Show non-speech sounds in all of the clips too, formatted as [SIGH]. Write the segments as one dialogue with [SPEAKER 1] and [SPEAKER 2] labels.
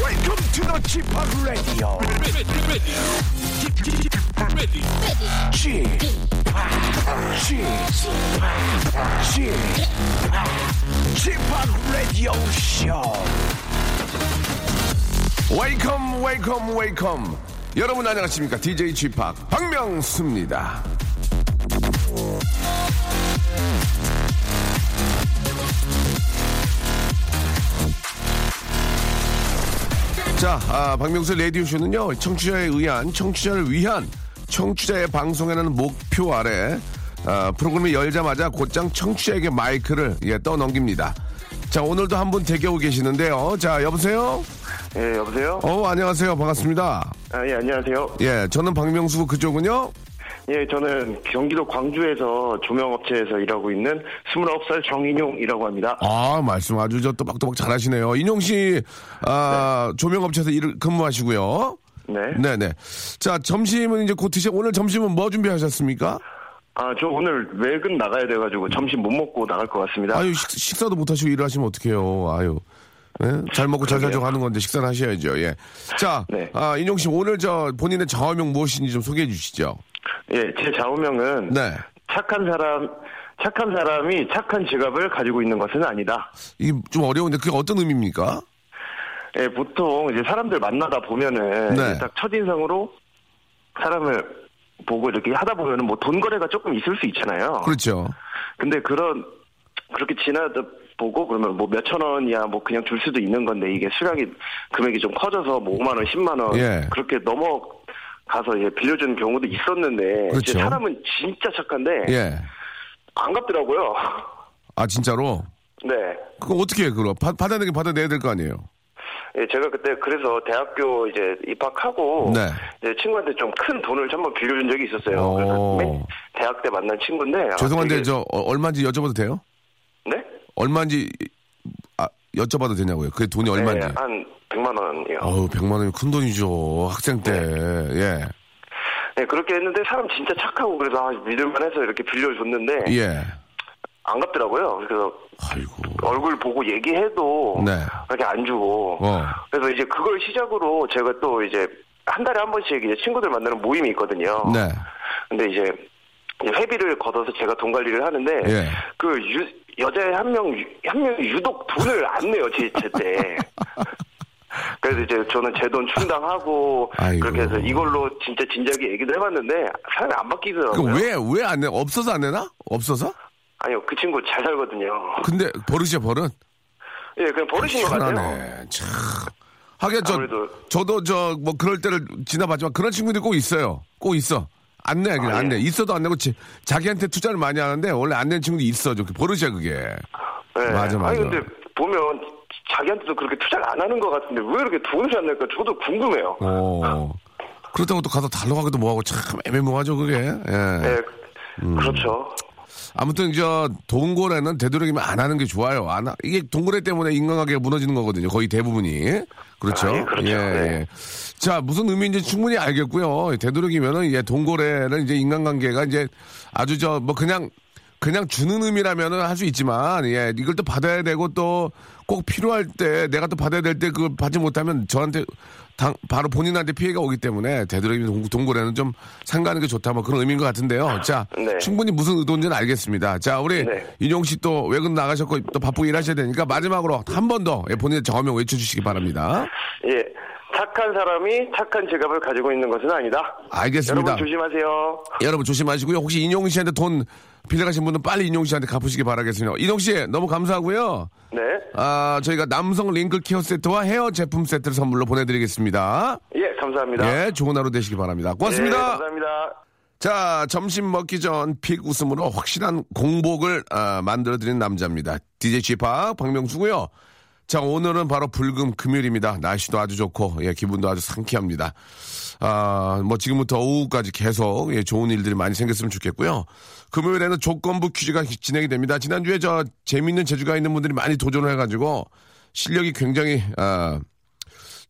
[SPEAKER 1] Welcome to the Chip Radio. Chip, Chip, Chip, Chip Radio Show. Welcome, welcome, welcome. 여러분 안녕하십니까? DJ G 팍 박명수입니다. 자, 아, 박명수 라디오쇼는요, 청취자에 의한, 청취자를 위한, 청취자의 방송이라는 목표 아래, 아, 프로그램이 열자마자 곧장 청취자에게 마이크를, 예, 떠넘깁니다. 자, 오늘도 한 분 대기하고 계시는데요. 자, 여보세요?
[SPEAKER 2] 예, 여보세요?
[SPEAKER 1] 어, 안녕하세요. 반갑습니다.
[SPEAKER 2] 아, 예, 안녕하세요.
[SPEAKER 1] 예, 저는 박명수 그쪽은요?
[SPEAKER 2] 예, 저는 경기도 광주에서 조명업체에서 일하고 있는 29살 정인용이라고 합니다.
[SPEAKER 1] 아, 말씀 아주 저 또박또박 잘하시네요. 인용 씨, 아, 조명업체에서 일을 근무하시고요.
[SPEAKER 2] 네.
[SPEAKER 1] 네네. 자, 점심은 이제 곧 드시, 오늘 점심은 뭐 준비하셨습니까?
[SPEAKER 2] 아, 저 오늘 외근 나가야 돼가지고 점심 못 먹고 나갈 것 같습니다.
[SPEAKER 1] 아유 식, 식사도 못 하시고 일을 하시면 어떡해요 아유 예? 잘 먹고 잘 살자고 하는 건데 식사를 하셔야죠 예자
[SPEAKER 2] 네.
[SPEAKER 1] 아, 인용 씨 오늘 저 본인의 좌우명 무엇인지 좀 소개해 주시죠
[SPEAKER 2] 예, 제 좌우명은
[SPEAKER 1] 네.
[SPEAKER 2] 착한 사람, 착한 사람이 착한 직업을 가지고 있는 것은 아니다.
[SPEAKER 1] 이게 좀 어려운데 그게 어떤 의미입니까
[SPEAKER 2] 예, 보통 이제 사람들 만나다 보면은
[SPEAKER 1] 네.
[SPEAKER 2] 딱 첫인상으로 사람을 보고 이렇게 하다 보면은 뭐 돈 거래가 조금 있을 수 있잖아요.
[SPEAKER 1] 그렇죠
[SPEAKER 2] 근데 그런 그렇게 지나다 보고 그러면 뭐 몇천 원이야 뭐 그냥 줄 수도 있는 건데 이게 수량이 금액이 좀 커져서 뭐 5만 원, 10만 원
[SPEAKER 1] 예.
[SPEAKER 2] 그렇게 넘어가서 예, 빌려주는 경우도 있었는데
[SPEAKER 1] 그렇죠.
[SPEAKER 2] 이제 사람은 진짜 착한데
[SPEAKER 1] 예아 아,
[SPEAKER 2] 안 갚더라고요. [LAUGHS]
[SPEAKER 1] 진짜로
[SPEAKER 2] 네.
[SPEAKER 1] 그거 어떻게 해 그럼 받- 받아내긴 받아내야 될 거 아니에요
[SPEAKER 2] 예, 제가 그때 그래서 대학교 이제 입학하고
[SPEAKER 1] 네.
[SPEAKER 2] 이제 친구한테 좀 큰 돈을 한번 빌려준 적이 있었어요.
[SPEAKER 1] 오.
[SPEAKER 2] 그래서 맨 대학 때 만난 친구인데 아,
[SPEAKER 1] 죄송한데
[SPEAKER 2] 되게-
[SPEAKER 1] 저 어, 얼마인지 여쭤봐도 돼요
[SPEAKER 2] 네?
[SPEAKER 1] 얼마인지 아, 여쭤봐도 되냐고요 그게 돈이 얼마인지
[SPEAKER 2] 네, 한 100만 원이요.
[SPEAKER 1] 어우 100만 원이 큰 돈이죠 학생 때예예
[SPEAKER 2] 네, 그렇게 했는데 사람 진짜 착하고 그래서 아, 믿을만해서 이렇게 빌려줬는데
[SPEAKER 1] 예.
[SPEAKER 2] 안 갚더라고요. 그래서
[SPEAKER 1] 아이고
[SPEAKER 2] 얼굴 보고 얘기해도
[SPEAKER 1] 네.
[SPEAKER 2] 그렇게 안 주고
[SPEAKER 1] 어.
[SPEAKER 2] 그래서 이제 그걸 시작으로 제가 또 이제 한 달에 한 번씩 이제 친구들 만나는 모임이 있거든요.
[SPEAKER 1] 네.
[SPEAKER 2] 근데 이제 회비를 걷어서 제가 돈 관리를 하는데
[SPEAKER 1] 예.
[SPEAKER 2] 그 유- 여자 한명한 명이 유독 돈을 안 내요 제, 제
[SPEAKER 1] [LAUGHS]
[SPEAKER 2] 때. 그래서 이제 저는 제 돈 충당하고
[SPEAKER 1] 아이고.
[SPEAKER 2] 그렇게 해서 이걸로 진짜 진지하게 얘기도 해봤는데 사람이 안 바뀌더라고요.
[SPEAKER 1] 그왜왜 안 내? 없어서 안 내나? 없어서?
[SPEAKER 2] 아니요 그 친구 잘 살거든요.
[SPEAKER 1] 근데 버릇이야 버릇.
[SPEAKER 2] 예 그냥 버릇인 것 같아요.
[SPEAKER 1] 편하네. 참. 하긴 저
[SPEAKER 2] 아무래도-
[SPEAKER 1] 저도 저 뭐 그럴 때를 지나봤지만 그런 친구들이 꼭 있어요. 꼭 있어. 안 내, 그냥
[SPEAKER 2] 아,
[SPEAKER 1] 안 내.
[SPEAKER 2] 예.
[SPEAKER 1] 있어도 안 내고 지, 자기한테 투자를 많이 하는데 원래 안 내는 친구도 있어. 저 버릇이야 그게.
[SPEAKER 2] 예.
[SPEAKER 1] 맞아, 맞아.
[SPEAKER 2] 아니 근데 보면 자기한테도 그렇게 투자를 안 하는 것 같은데 왜 이렇게 돈을 안 낼까 저도 궁금해요.
[SPEAKER 1] 어. 그렇다고 또 가서 달러 가기도 뭐하고 참 애매모호하죠 그게. 예.
[SPEAKER 2] 예 그렇죠.
[SPEAKER 1] 아무튼 저 동고래는 되도록이면 안 하는 게 좋아요. 안 하- 이게 동고래 때문에 인간관계가 무너지는 거거든요. 거의 대부분이 그렇죠.
[SPEAKER 2] 아, 예, 그렇죠. 네.
[SPEAKER 1] 자 무슨 의미인지 충분히 알겠고요. 되도록이면은 예, 동고래는 이제 인간관계가 이제 아주 저 뭐 그냥 그냥 주는 의미라면은 할 수 있지만 예 이걸 또 받아야 되고 또 꼭 필요할 때 내가 또 받아야 될 때 그걸 받지 못하면 저한테 당, 바로 본인한테 피해가 오기 때문에 되도록이면 동- 동고래는 좀 상가는 게 좋다 뭐 그런 의미인 것 같은데요. 자
[SPEAKER 2] 네.
[SPEAKER 1] 충분히 무슨 의도인지는 알겠습니다. 자, 우리
[SPEAKER 2] 네.
[SPEAKER 1] 인용 씨 또 외근 나가셨고 또 바쁘게 일하셔야 되니까 마지막으로 한 번 더 본인의 정명 외쳐주시기 바랍니다.
[SPEAKER 2] 예. 착한 사람이 착한 지갑을 가지고 있는 것은 아니다.
[SPEAKER 1] 알겠습니다.
[SPEAKER 2] 여러분 조심하세요.
[SPEAKER 1] 여러분 조심하시고요. 혹시 인용 씨한테 돈 빌려가신 분은 빨리 인용 씨한테 갚으시기 바라겠습니다. 인용 씨 너무 감사하고요.
[SPEAKER 2] 네.
[SPEAKER 1] 아, 저희가 남성 링클 케어 세트와 헤어 제품 세트를 선물로 보내드리겠습니다.
[SPEAKER 2] 예, 감사합니다.
[SPEAKER 1] 예, 좋은 하루 되시기 바랍니다. 고맙습니다.
[SPEAKER 2] 예, 감사합니다.
[SPEAKER 1] 자, 점심 먹기 전 픽 웃음으로 확실한 공복을 아, 만들어드린 남자입니다. DJ 지파 박명수고요. 자, 오늘은 바로 불금 금요일입니다. 날씨도 아주 좋고, 예, 기분도 아주 상쾌합니다. 아, 뭐 지금부터 오후까지 계속 예, 좋은 일들이 많이 생겼으면 좋겠고요. 금요일에는 조건부 퀴즈가 진행이 됩니다. 지난주에 저 재밌는 재주가 있는 분들이 많이 도전을 해가지고 실력이 굉장히 아,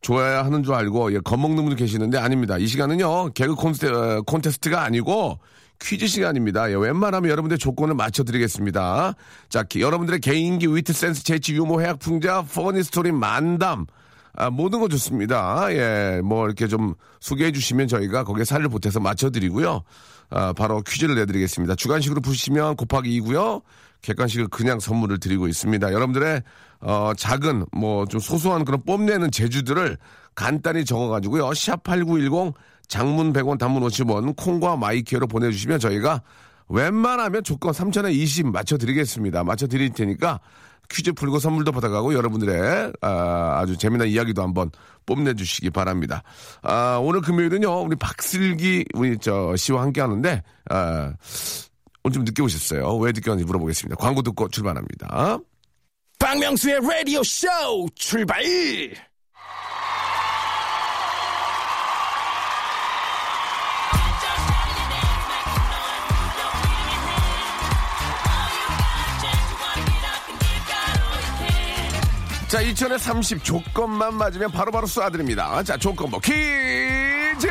[SPEAKER 1] 좋아야 하는 줄 알고 예, 겁먹는 분도 계시는데 아닙니다. 이 시간은요 개그 콘테, 어, 콘테스트가 아니고 퀴즈 시간입니다. 예, 웬만하면 여러분들의 조건을 맞춰드리겠습니다. 자 기- 여러분들의 개인기, 위트, 센스, 재치, 유머, 해학, 풍자, 퍼니 스토리, 만담 아, 모든 거 좋습니다. 예, 뭐 이렇게 좀 소개해 주시면 저희가 거기에 살을 보태서 맞춰드리고요. 아, 바로 퀴즈를 내드리겠습니다. 주간식으로 푸시면 곱하기 2고요. 객관식을 그냥 선물을 드리고 있습니다. 여러분들의 어, 작은 뭐 좀 소소한 그런 뽐내는 재주들을 간단히 적어가지고요. 샵8910 장문 100원 단문 50원 콩과 마이키로 보내주시면 저희가 웬만하면 조건 3천에 20 맞춰드리겠습니다. 맞춰드릴 테니까 퀴즈 풀고 선물도 받아가고 여러분들의 아, 아주 재미난 이야기도 한번 뽐내주시기 바랍니다. 아, 오늘 금요일은요 우리 박슬기 우리 저 씨와 함께 하는데 아, 오늘 좀 늦게 오셨어요. 왜 늦게 왔는지 물어보겠습니다. 광고 듣고 출발합니다.
[SPEAKER 3] 박명수의 라디오 쇼 출발!
[SPEAKER 1] 자, 2000에 30 조건만 맞으면 바로바로 쏴드립니다. 자, 조건부 뭐, 퀴즈!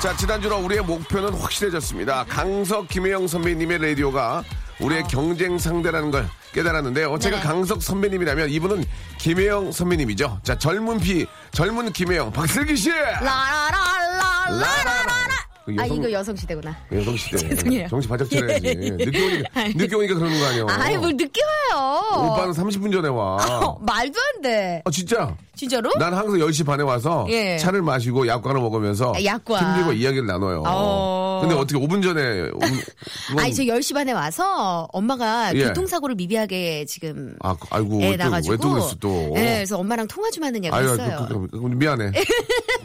[SPEAKER 1] 자, 지난주로 우리의 목표는 확실해졌습니다. 강석, 김혜영 선배님의 라디오가
[SPEAKER 4] 아.
[SPEAKER 1] 우리의 경쟁 상대라는 걸 깨달았는데요.
[SPEAKER 4] 네.
[SPEAKER 1] 제가 강석 선배님이라면 이분은 김혜영 선배님이죠. 자, 젊은 피, 젊은 김혜영, 박슬기 씨!
[SPEAKER 4] 라라라라라라라.
[SPEAKER 1] 그
[SPEAKER 4] 아
[SPEAKER 1] 여성-
[SPEAKER 4] 이거 여성 시대구나.
[SPEAKER 1] 여성시대.
[SPEAKER 4] [LAUGHS] 죄송해요.
[SPEAKER 1] 정신 바짝 차려야지.
[SPEAKER 4] [LAUGHS] 예.
[SPEAKER 1] 늦게 오니까, 늦게 오니까 그러는 거 아니에요?
[SPEAKER 4] 아이 뭘 늦게 와요.
[SPEAKER 1] 어. 오빠는 30분 전에 와.
[SPEAKER 4] [LAUGHS] 어, 말도 안 돼.
[SPEAKER 1] 아, 진짜?
[SPEAKER 4] 진짜로?
[SPEAKER 1] 난 항상 10시 반에 와서
[SPEAKER 4] 예.
[SPEAKER 1] 차를 마시고 약과를 먹으면서
[SPEAKER 4] 아, 약과.
[SPEAKER 1] 김들과 이야기를 나눠요.
[SPEAKER 4] 어.
[SPEAKER 1] 근데 어떻게 5분 전에 오- 그건-
[SPEAKER 4] [LAUGHS] 아니 저 10시 반에 와서 엄마가
[SPEAKER 1] 예.
[SPEAKER 4] 교통사고를 미비하게 지금
[SPEAKER 1] 아, 그- 아이고
[SPEAKER 4] 애
[SPEAKER 1] 왜 또,
[SPEAKER 4] 예, 나가지고
[SPEAKER 1] 왜또 그랬어 또.
[SPEAKER 4] 예, 그래서 엄마랑 통화 좀 하냐고
[SPEAKER 1] 아유,
[SPEAKER 4] 했어요.
[SPEAKER 1] 그, 그, 그, 그, 미안해.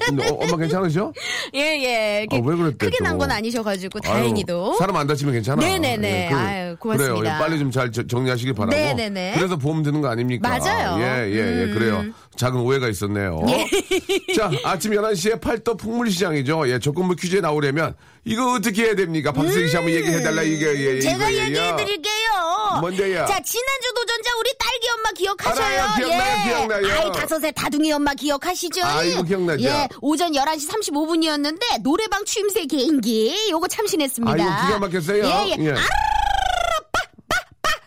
[SPEAKER 1] 근데 어, 엄마 괜찮으셔?
[SPEAKER 4] 예, 예. 이렇게
[SPEAKER 1] 아, 왜 그랬대,
[SPEAKER 4] 크게
[SPEAKER 1] 또.
[SPEAKER 4] 난 건 아니셔가지고
[SPEAKER 1] 아유,
[SPEAKER 4] 다행히도.
[SPEAKER 1] 사람 안 다치면 괜찮아.
[SPEAKER 4] 네네네.
[SPEAKER 1] 그-
[SPEAKER 4] 아유, 고맙습니다.
[SPEAKER 1] 그래요. 빨리 좀 잘 정리하시길 바라고.
[SPEAKER 4] 네네네.
[SPEAKER 1] 그래서 보험 드는 거 아닙니까?
[SPEAKER 4] 맞아요. 음.
[SPEAKER 1] 예, 예, 예. 그래요. 작은 오해가 있었네요. [LAUGHS] 자, 아침 11시에 팔도 풍물시장이죠. 예, 조건부 퀴즈에 나오려면 이거 어떻게 해야 됩니까? 박수희 씨 한번 얘기해달라. 이게, 예, 예,
[SPEAKER 4] 음. 제가
[SPEAKER 1] 이거예요.
[SPEAKER 4] 얘기해 드릴게요.
[SPEAKER 1] 뭔데요?
[SPEAKER 4] 자, 지난주 도전자 우리 딸기 엄마 기억하셔요?
[SPEAKER 1] 알아요. 기억나요,
[SPEAKER 4] 예.
[SPEAKER 1] 기억나요.
[SPEAKER 4] 아이, 다섯에 다둥이 엄마 기억하시죠?
[SPEAKER 1] 아이고, 기억나죠.
[SPEAKER 4] 예, 오전 11시 35분이었는데 노래방 추임새 개인기 요거 참신했습니다.
[SPEAKER 1] 아이고, 기가 막혔어요.
[SPEAKER 4] 예, 예.
[SPEAKER 1] 예.
[SPEAKER 4] 아르르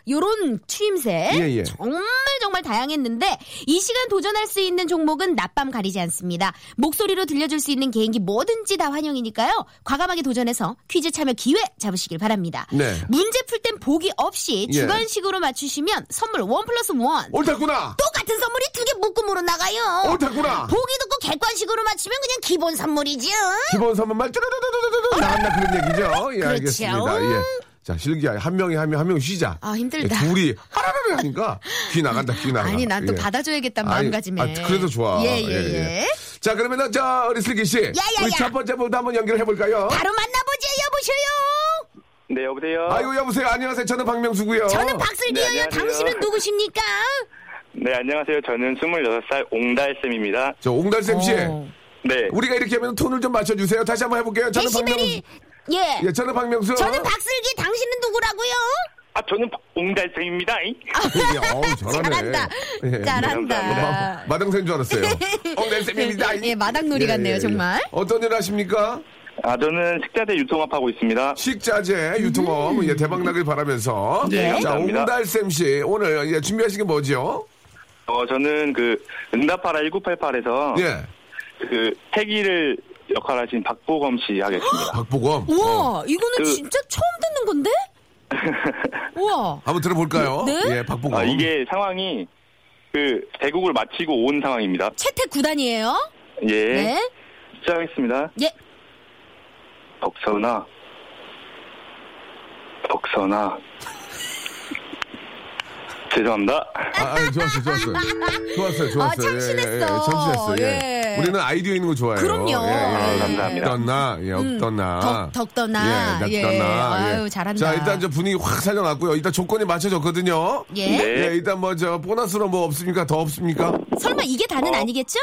[SPEAKER 4] 요런 추임새
[SPEAKER 1] 예, 예.
[SPEAKER 4] 정말 정말 다양했는데 이 시간 도전할 수 있는 종목은 낮밤 가리지 않습니다. 목소리로 들려줄 수 있는 개인기 뭐든지 다 환영이니까요. 과감하게 도전해서 퀴즈 참여 기회 잡으시길 바랍니다.
[SPEAKER 1] 네.
[SPEAKER 4] 문제 풀 땐 보기 없이
[SPEAKER 1] 예.
[SPEAKER 4] 주관식으로 맞추시면 선물 원 플러스 원
[SPEAKER 1] 옳다구나!
[SPEAKER 4] 똑같은 선물이 두 개 묶음으로 나가요.
[SPEAKER 1] 어, 옳다구나!
[SPEAKER 4] 보기 듣고 객관식으로 맞추면 그냥 기본 선물이죠.
[SPEAKER 1] 기본 선물만 뚜루루루루루 나간다 그런 얘기죠. 예,
[SPEAKER 4] 그렇지요.
[SPEAKER 1] 알겠습니다. 예. 자, 실기야. 한 명이 한 명, 한 명 쉬자.
[SPEAKER 4] 아, 힘들다.
[SPEAKER 1] 예, 둘이 하라라라 하니까 귀 나간다, 귀 나가.
[SPEAKER 4] 아니 난 또
[SPEAKER 1] 예.
[SPEAKER 4] 받아줘야겠다는
[SPEAKER 1] 아니,
[SPEAKER 4] 마음가짐에.
[SPEAKER 1] 아, 그래서 좋아.
[SPEAKER 4] 예 예,
[SPEAKER 1] 예,
[SPEAKER 4] 예.
[SPEAKER 1] 예. 자, 그러면은, 자, 우리 슬기 씨.
[SPEAKER 4] 야,
[SPEAKER 1] 우리
[SPEAKER 4] 야.
[SPEAKER 1] 첫 번째 분도 한번 연결해볼까요?
[SPEAKER 4] 바로 만나보죠 여보세요.
[SPEAKER 2] 네, 여보세요.
[SPEAKER 1] 아이고, 여보세요. 안녕하세요. 저는 박명수고요
[SPEAKER 4] 저는 박슬기예요.
[SPEAKER 2] 네, 안녕하세요.
[SPEAKER 4] 당신은 누구십니까?
[SPEAKER 2] 네, 안녕하세요. 저는 26살 옹달쌤입니다.
[SPEAKER 1] 저, 옹달쌤 씨.
[SPEAKER 4] 어.
[SPEAKER 2] 네.
[SPEAKER 1] 우리가 이렇게 하면 톤을 좀 맞춰주세요. 다시 한번 해볼게요. 저는 박명수.
[SPEAKER 4] 데시벨이 예.
[SPEAKER 1] 예, 저는 박명수.
[SPEAKER 4] 저는 박슬기. 당신은 누구라고요?
[SPEAKER 2] 아, 저는 옹달쌤입니다. 잉?
[SPEAKER 1] [LAUGHS]
[SPEAKER 4] 아.
[SPEAKER 1] 예, 어우, 잘하네.
[SPEAKER 4] 잘한다.
[SPEAKER 1] 예. 마-
[SPEAKER 4] 잘한다.
[SPEAKER 1] 마당새인 줄
[SPEAKER 4] [LAUGHS]
[SPEAKER 1] 알았어요. 옹달쌤입니다.
[SPEAKER 4] 아. 예, 마당놀이 같네요, 정말.
[SPEAKER 1] 어떤 일 하십니까?
[SPEAKER 2] 아, 저는 식자재 유통업하고 있습니다.
[SPEAKER 1] 식자재
[SPEAKER 4] 음.
[SPEAKER 1] 유통업 예, 대박 나길 바라면서.
[SPEAKER 2] 네,
[SPEAKER 1] 자,
[SPEAKER 2] 감사합니다.
[SPEAKER 1] 옹달쌤 씨 오늘 예, 준비하신 게 뭐지요?
[SPEAKER 2] 어, 저는 그 응답하라 1988에서
[SPEAKER 1] 예,
[SPEAKER 2] 그 태기를 역할하신 박보검 씨 하겠습니다. 아,
[SPEAKER 1] 박보검.
[SPEAKER 4] 우와, 이거는
[SPEAKER 2] 그-
[SPEAKER 4] 진짜 처음
[SPEAKER 1] [LAUGHS]
[SPEAKER 4] 듣는 건데? 우와.
[SPEAKER 1] 한번 들어볼까요?
[SPEAKER 4] 네?
[SPEAKER 1] 예, 박보검.
[SPEAKER 2] 아, 이게 상황이 그 대국을 마치고 온 상황입니다.
[SPEAKER 4] 채택 구단이에요?
[SPEAKER 2] 예.
[SPEAKER 4] 네.
[SPEAKER 2] 시작하겠습니다.
[SPEAKER 4] 예.
[SPEAKER 2] 덕선아. 덕선아. 죄송합니다.
[SPEAKER 1] 아, 아, 좋았어요,
[SPEAKER 4] [LAUGHS]
[SPEAKER 1] 좋았어요. 좋았어요, 좋았어요.
[SPEAKER 4] 아, 참신했어.
[SPEAKER 1] 예, 예, 참신했어. 예.
[SPEAKER 4] 예.
[SPEAKER 1] 우리는 아이디어 있는 거 좋아해요. 예,
[SPEAKER 4] 그럼요. 음.
[SPEAKER 2] 아, 감사합니다.
[SPEAKER 1] 떴나, 예, 없떴나.
[SPEAKER 4] 덕- 덕떠나.
[SPEAKER 1] 예,
[SPEAKER 4] 예.
[SPEAKER 1] 덕떠나.
[SPEAKER 4] 아유, 잘한다.
[SPEAKER 1] 자, 일단 저 분위기 확 살려놨고요. 일단 조건이 맞춰졌거든요.
[SPEAKER 4] 예.
[SPEAKER 2] 네.
[SPEAKER 1] 예, 일단 뭐 저 보너스로 뭐 없습니까? 더 없습니까?
[SPEAKER 4] 설마 이게 다는
[SPEAKER 2] 어.
[SPEAKER 4] 아니겠죠?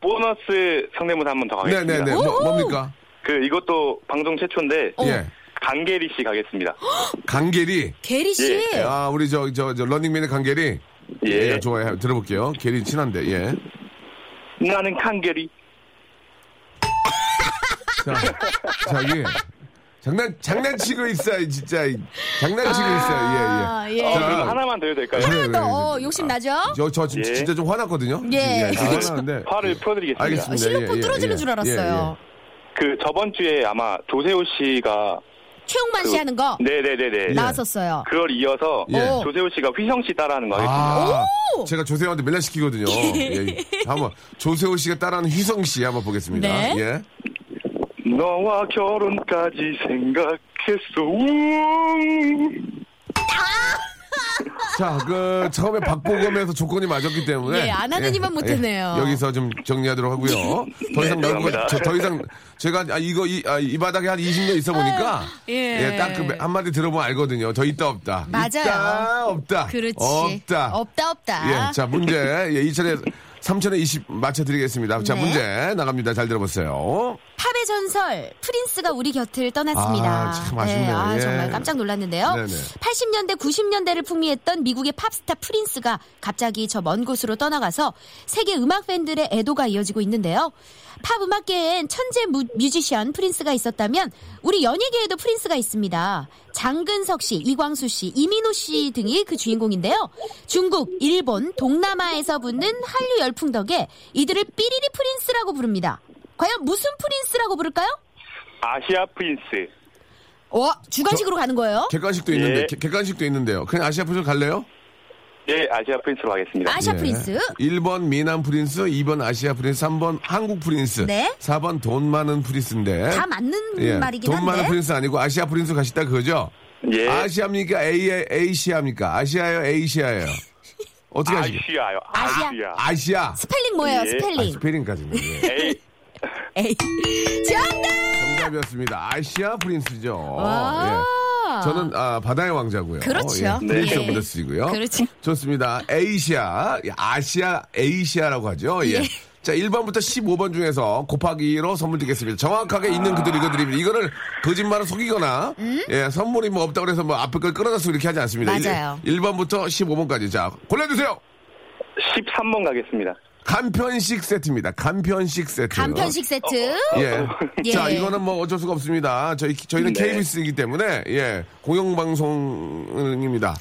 [SPEAKER 2] 보너스 상대모사 한 번 더 가겠습니다.
[SPEAKER 1] 네네네. 뭐,
[SPEAKER 4] 오호.
[SPEAKER 1] 뭡니까?
[SPEAKER 2] 그 이것도 방송 최초인데
[SPEAKER 1] 예.
[SPEAKER 2] 강계리 씨 가겠습니다.
[SPEAKER 1] [GASPS] 강계리.
[SPEAKER 4] 게리 씨.
[SPEAKER 2] 예.
[SPEAKER 1] 아, 우리 저, 저, 저, 런닝맨의 강계리.
[SPEAKER 2] 예.
[SPEAKER 1] 예, 좋아요. 들어볼게요. 계리 친한데, 예.
[SPEAKER 2] 나는 강계리.
[SPEAKER 1] 자, 자기. 장난 장난치고 있어요, 진짜. 장난치고
[SPEAKER 4] 아,
[SPEAKER 1] 있어요. 예, 예.
[SPEAKER 4] 예.
[SPEAKER 2] 어,
[SPEAKER 1] 자, 예, 아,
[SPEAKER 2] 그럼 하나만 더 해도 될까요?
[SPEAKER 1] 하나
[SPEAKER 4] 하나 더 어, 욕심 나죠?
[SPEAKER 1] 저, 저 진-
[SPEAKER 2] 예.
[SPEAKER 1] 진짜 좀 화났거든요.
[SPEAKER 4] 예. [LAUGHS]
[SPEAKER 1] 아, 화났는데.
[SPEAKER 2] 화를 풀어드리겠습니다.
[SPEAKER 1] 알겠습니다.
[SPEAKER 4] 아, 실력도
[SPEAKER 1] 예, 예,
[SPEAKER 4] 뚫어지는
[SPEAKER 1] 예.
[SPEAKER 4] 줄 알았어요.
[SPEAKER 2] 그 저번 주에 아마 도세호 씨가
[SPEAKER 4] 최홍만 씨 하는 거
[SPEAKER 5] 예.
[SPEAKER 2] 네네네네
[SPEAKER 4] 나왔었어요.
[SPEAKER 2] 그걸 이어서
[SPEAKER 1] 아. 예.
[SPEAKER 4] 오.
[SPEAKER 2] 조세호 씨가 휘성 씨 따라하는 거 하겠습니다.
[SPEAKER 1] 아, 제가 조세호한테 맨날 시키거든요. 예. 한번 조세호 씨가 따라하는 휘성 씨 한번 보겠습니다.
[SPEAKER 4] 네.
[SPEAKER 1] 예.
[SPEAKER 2] 너와 결혼까지 생각했어. 웅.
[SPEAKER 1] 자, 그 처음에 박보검에서 조건이 맞았기 때문에
[SPEAKER 4] 예, 안 하는 이만 못했네요. 예.
[SPEAKER 1] 예, 여기서 좀 정리하도록 하고요. 더 이상
[SPEAKER 2] 네,
[SPEAKER 1] 나올 거,
[SPEAKER 2] 죄송합니다.
[SPEAKER 1] 저- 더 이상 제가 아, 이거 이, 아, 이 바닥에 한 20년 있어 보니까
[SPEAKER 4] 예.
[SPEAKER 1] 딱그 한마디 들어보면 알거든요. 더 있다 없다.
[SPEAKER 4] 맞아요.
[SPEAKER 1] 있다 없다.
[SPEAKER 4] 그렇지.
[SPEAKER 1] 없다.
[SPEAKER 4] 없다. 없다.
[SPEAKER 1] 예, 자 문제 예, 2천에 3천에 20 맞춰드리겠습니다. 자
[SPEAKER 4] 네.
[SPEAKER 1] 문제 나갑니다. 잘 들어보세요.
[SPEAKER 4] 팝의 전설 프린스가 우리 곁을 떠났습니다.
[SPEAKER 1] 아, 참 아쉽네요.
[SPEAKER 4] 네, 아,
[SPEAKER 1] 예.
[SPEAKER 4] 정말 깜짝 놀랐는데요.
[SPEAKER 1] 네네.
[SPEAKER 4] 80년대, 90년대를 풍미했던 미국의 팝스타 프린스가 갑자기 저 먼 곳으로 떠나가서 세계 음악 팬들의 애도가 이어지고 있는데요. 팝 음악계엔 천재 무, 뮤지션 프린스가 있었다면 우리 연예계에도 프린스가 있습니다. 장근석 씨, 이광수 씨, 이민호 씨 등이 그 주인공인데요. 중국, 일본, 동남아에서 붙는 한류 열풍 덕에 이들을 삐리리 프린스라고 부릅니다. 과연 무슨 프린스라고 부를까요?
[SPEAKER 2] 아시아 프린스.
[SPEAKER 4] 어, 주관식으로 가는 거예요?
[SPEAKER 1] 객관식도 있는데
[SPEAKER 2] 예.
[SPEAKER 1] 객- 객관식도 있는데요. 그냥 아시아 프린스 갈래요? 예.
[SPEAKER 2] 네, 아시아 프린스로 하겠습니다.
[SPEAKER 4] 아시아 프린스.
[SPEAKER 1] 네. 1번 미남 프린스, 2번 아시아 프린스, 3번 한국 프린스,
[SPEAKER 4] 네.
[SPEAKER 1] 4번 돈 많은 프린스인데.
[SPEAKER 4] 다 맞는
[SPEAKER 1] 예,
[SPEAKER 4] 말이긴
[SPEAKER 1] 돈
[SPEAKER 4] 한데.
[SPEAKER 1] 많은 프린스 아니고 아시아 프린스 가시다 그거죠?
[SPEAKER 2] 예.
[SPEAKER 1] 아시아입니까? A, 아시아입니까? 아시아요? 에이시아예요? 어떻게 하시게?
[SPEAKER 2] 아시아요.
[SPEAKER 4] 아시아.
[SPEAKER 5] 예.
[SPEAKER 2] 아시아.
[SPEAKER 1] 아시아.
[SPEAKER 4] 스펠링 뭐예요?
[SPEAKER 2] 예.
[SPEAKER 1] 아,
[SPEAKER 4] 스펠링.
[SPEAKER 1] 스페링까지는. 예.
[SPEAKER 2] [LAUGHS] 에이,
[SPEAKER 4] 에이. 정답!
[SPEAKER 1] 정답이었습니다. 아시아 프린스죠.
[SPEAKER 4] 와.
[SPEAKER 1] 예. 저는 아, 바다의 왕자고요.
[SPEAKER 4] 어. 그렇죠.
[SPEAKER 1] 예. 프린스
[SPEAKER 4] 네.
[SPEAKER 1] 오브 더 시고요.
[SPEAKER 4] 그렇죠.
[SPEAKER 1] 좋습니다. 에이시아, 예, 아시아, 에이시아라고 하죠. 예. 자, 1번부터 15번 중에서 곱하기로 선물 드리겠습니다. 정확하게 있는 그대로 읽어드립니다. 이거를 거짓말을 속이거나, 예, 선물이 뭐 없다고 해서 뭐 앞에 걸 끌어다쓰고 이렇게 하지 않습니다.
[SPEAKER 4] 음? 맞아요.
[SPEAKER 1] 1, 번부터 15번까지. 자, 골라주세요!
[SPEAKER 2] 13번 가겠습니다.
[SPEAKER 1] 간편식 세트입니다. 간편식 세트.
[SPEAKER 4] 간편식 세트.
[SPEAKER 5] 어,
[SPEAKER 1] 예.
[SPEAKER 4] 예.
[SPEAKER 1] 자, 이거는 뭐 어쩔 수가 없습니다. 저희, 저희는
[SPEAKER 2] 네.
[SPEAKER 1] KBS이기 때문에, 예, 공영방송입니다.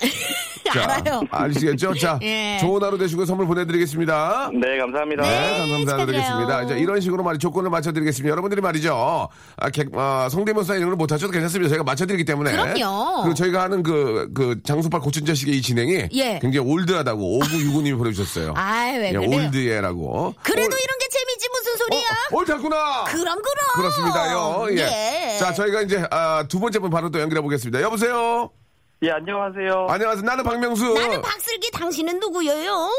[SPEAKER 1] 자,
[SPEAKER 4] 예, 알아요.
[SPEAKER 1] 아시겠죠? 자,
[SPEAKER 4] [LAUGHS] 예.
[SPEAKER 1] 좋은 하루 되시고 선물 보내드리겠습니다.
[SPEAKER 2] 네, 감사합니다.
[SPEAKER 1] 네, 감사합니다.
[SPEAKER 4] 축하드려요.
[SPEAKER 1] 드리겠습니다. 이제 이런 식으로 말이 조건을 맞춰드리겠습니다. 여러분들이 말이죠. 아, 객- 아, 성대모사 이런 걸 못하셔도 괜찮습니다. 저희가 맞춰드리기 때문에.
[SPEAKER 4] 그럼요.
[SPEAKER 1] 그리고 저희가 하는 그, 그 장수팔 고춘자식의 이 진행이
[SPEAKER 4] 예.
[SPEAKER 1] 굉장히 올드하다고 5969님이 보내주셨어요.
[SPEAKER 4] [LAUGHS] 아이, 왜
[SPEAKER 1] 예,
[SPEAKER 4] 그래요?
[SPEAKER 1] 올드예라고.
[SPEAKER 4] 그래도 이런 게 재미지 무슨 소리야?
[SPEAKER 1] 어, 옳다구나!
[SPEAKER 4] 그럼 그럼.
[SPEAKER 1] 그렇습니다요. 예.
[SPEAKER 4] 예.
[SPEAKER 1] 자, 저희가 이제 아, 두 번째 분 바로 또 연결해 보겠습니다. 여보세요.
[SPEAKER 5] 예, 안녕하세요.
[SPEAKER 1] 안녕하세요. 나는 박명수.
[SPEAKER 4] 나는 박슬기 당신은 누구예요?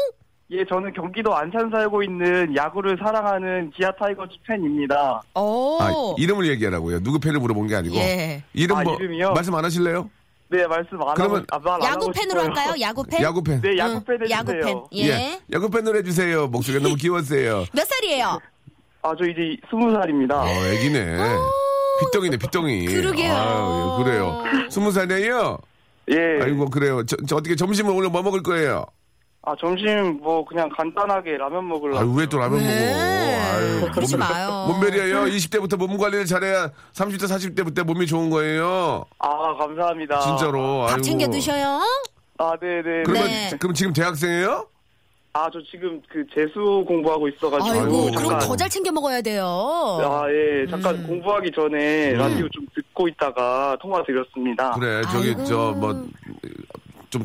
[SPEAKER 5] 예, 저는 경기도 안산 살고 있는 야구를 사랑하는 기아 타이거즈 팬입니다.
[SPEAKER 4] 오.
[SPEAKER 1] 아, 이름을 얘기하라고요. 누구 패를 물어본 게 아니고.
[SPEAKER 4] 예.
[SPEAKER 1] 이름
[SPEAKER 5] 아,
[SPEAKER 1] 뭐
[SPEAKER 5] 이름이요?
[SPEAKER 1] 말씀 안 하실래요?
[SPEAKER 5] 네, 말씀 안
[SPEAKER 1] 그러면
[SPEAKER 5] 하고 아, 말안
[SPEAKER 4] 야구
[SPEAKER 5] 하고
[SPEAKER 4] 팬으로
[SPEAKER 5] 싶어요.
[SPEAKER 4] 할까요? 야구 팬?
[SPEAKER 1] 야구 팬.
[SPEAKER 5] 네, 야구 팬 해주세요.
[SPEAKER 4] 야구 팬. 예.
[SPEAKER 1] 야구 팬 노래 주세요. 목소리가 너무 귀여웠어요.
[SPEAKER 4] 몇 살이에요?
[SPEAKER 5] [LAUGHS] 아, 저 이제 스무 살입니다.
[SPEAKER 1] 어, 애기네. 빗덩이네, 빗덩이.
[SPEAKER 4] 그러게요.
[SPEAKER 1] 아유, 그래요. 스무 살이에요?
[SPEAKER 5] 예.
[SPEAKER 1] 아이고, 그래요. 저, 저 어떻게 점심을 오늘 뭐 먹을 거예요?
[SPEAKER 5] 아, 점심 뭐 그냥 간단하게 라면
[SPEAKER 1] 아유,
[SPEAKER 5] 먹으려고.
[SPEAKER 1] 왜 또 라면
[SPEAKER 4] 왜?
[SPEAKER 1] 먹어? 아유,
[SPEAKER 4] 네. 뭐 그러지
[SPEAKER 1] 몸매-
[SPEAKER 4] 마요.
[SPEAKER 1] 몸매려요. 20대부터 몸 관리를 잘해야 30대, 40대부터 몸이 좋은 거예요.
[SPEAKER 5] 아, 감사합니다.
[SPEAKER 1] 진짜로.
[SPEAKER 4] 밥
[SPEAKER 1] 아이고.
[SPEAKER 4] 챙겨 드셔요?
[SPEAKER 5] 아, 네, 네.
[SPEAKER 1] 그러면
[SPEAKER 4] 네.
[SPEAKER 1] 그럼 지금 대학생이에요?
[SPEAKER 5] 아, 저 지금 그 재수 공부하고 있어 가지고
[SPEAKER 4] 아이고,
[SPEAKER 1] 아이고,
[SPEAKER 4] 그럼
[SPEAKER 1] 잠깐.
[SPEAKER 4] 더 잘 챙겨 먹어야 음. 돼요.
[SPEAKER 5] 아, 예. 잠깐 공부하기 전에 라디오 좀 듣고 있다가 통화 드렸습니다.
[SPEAKER 1] 음. 그래. 저기
[SPEAKER 4] 아이고.
[SPEAKER 1] 저 뭐 좀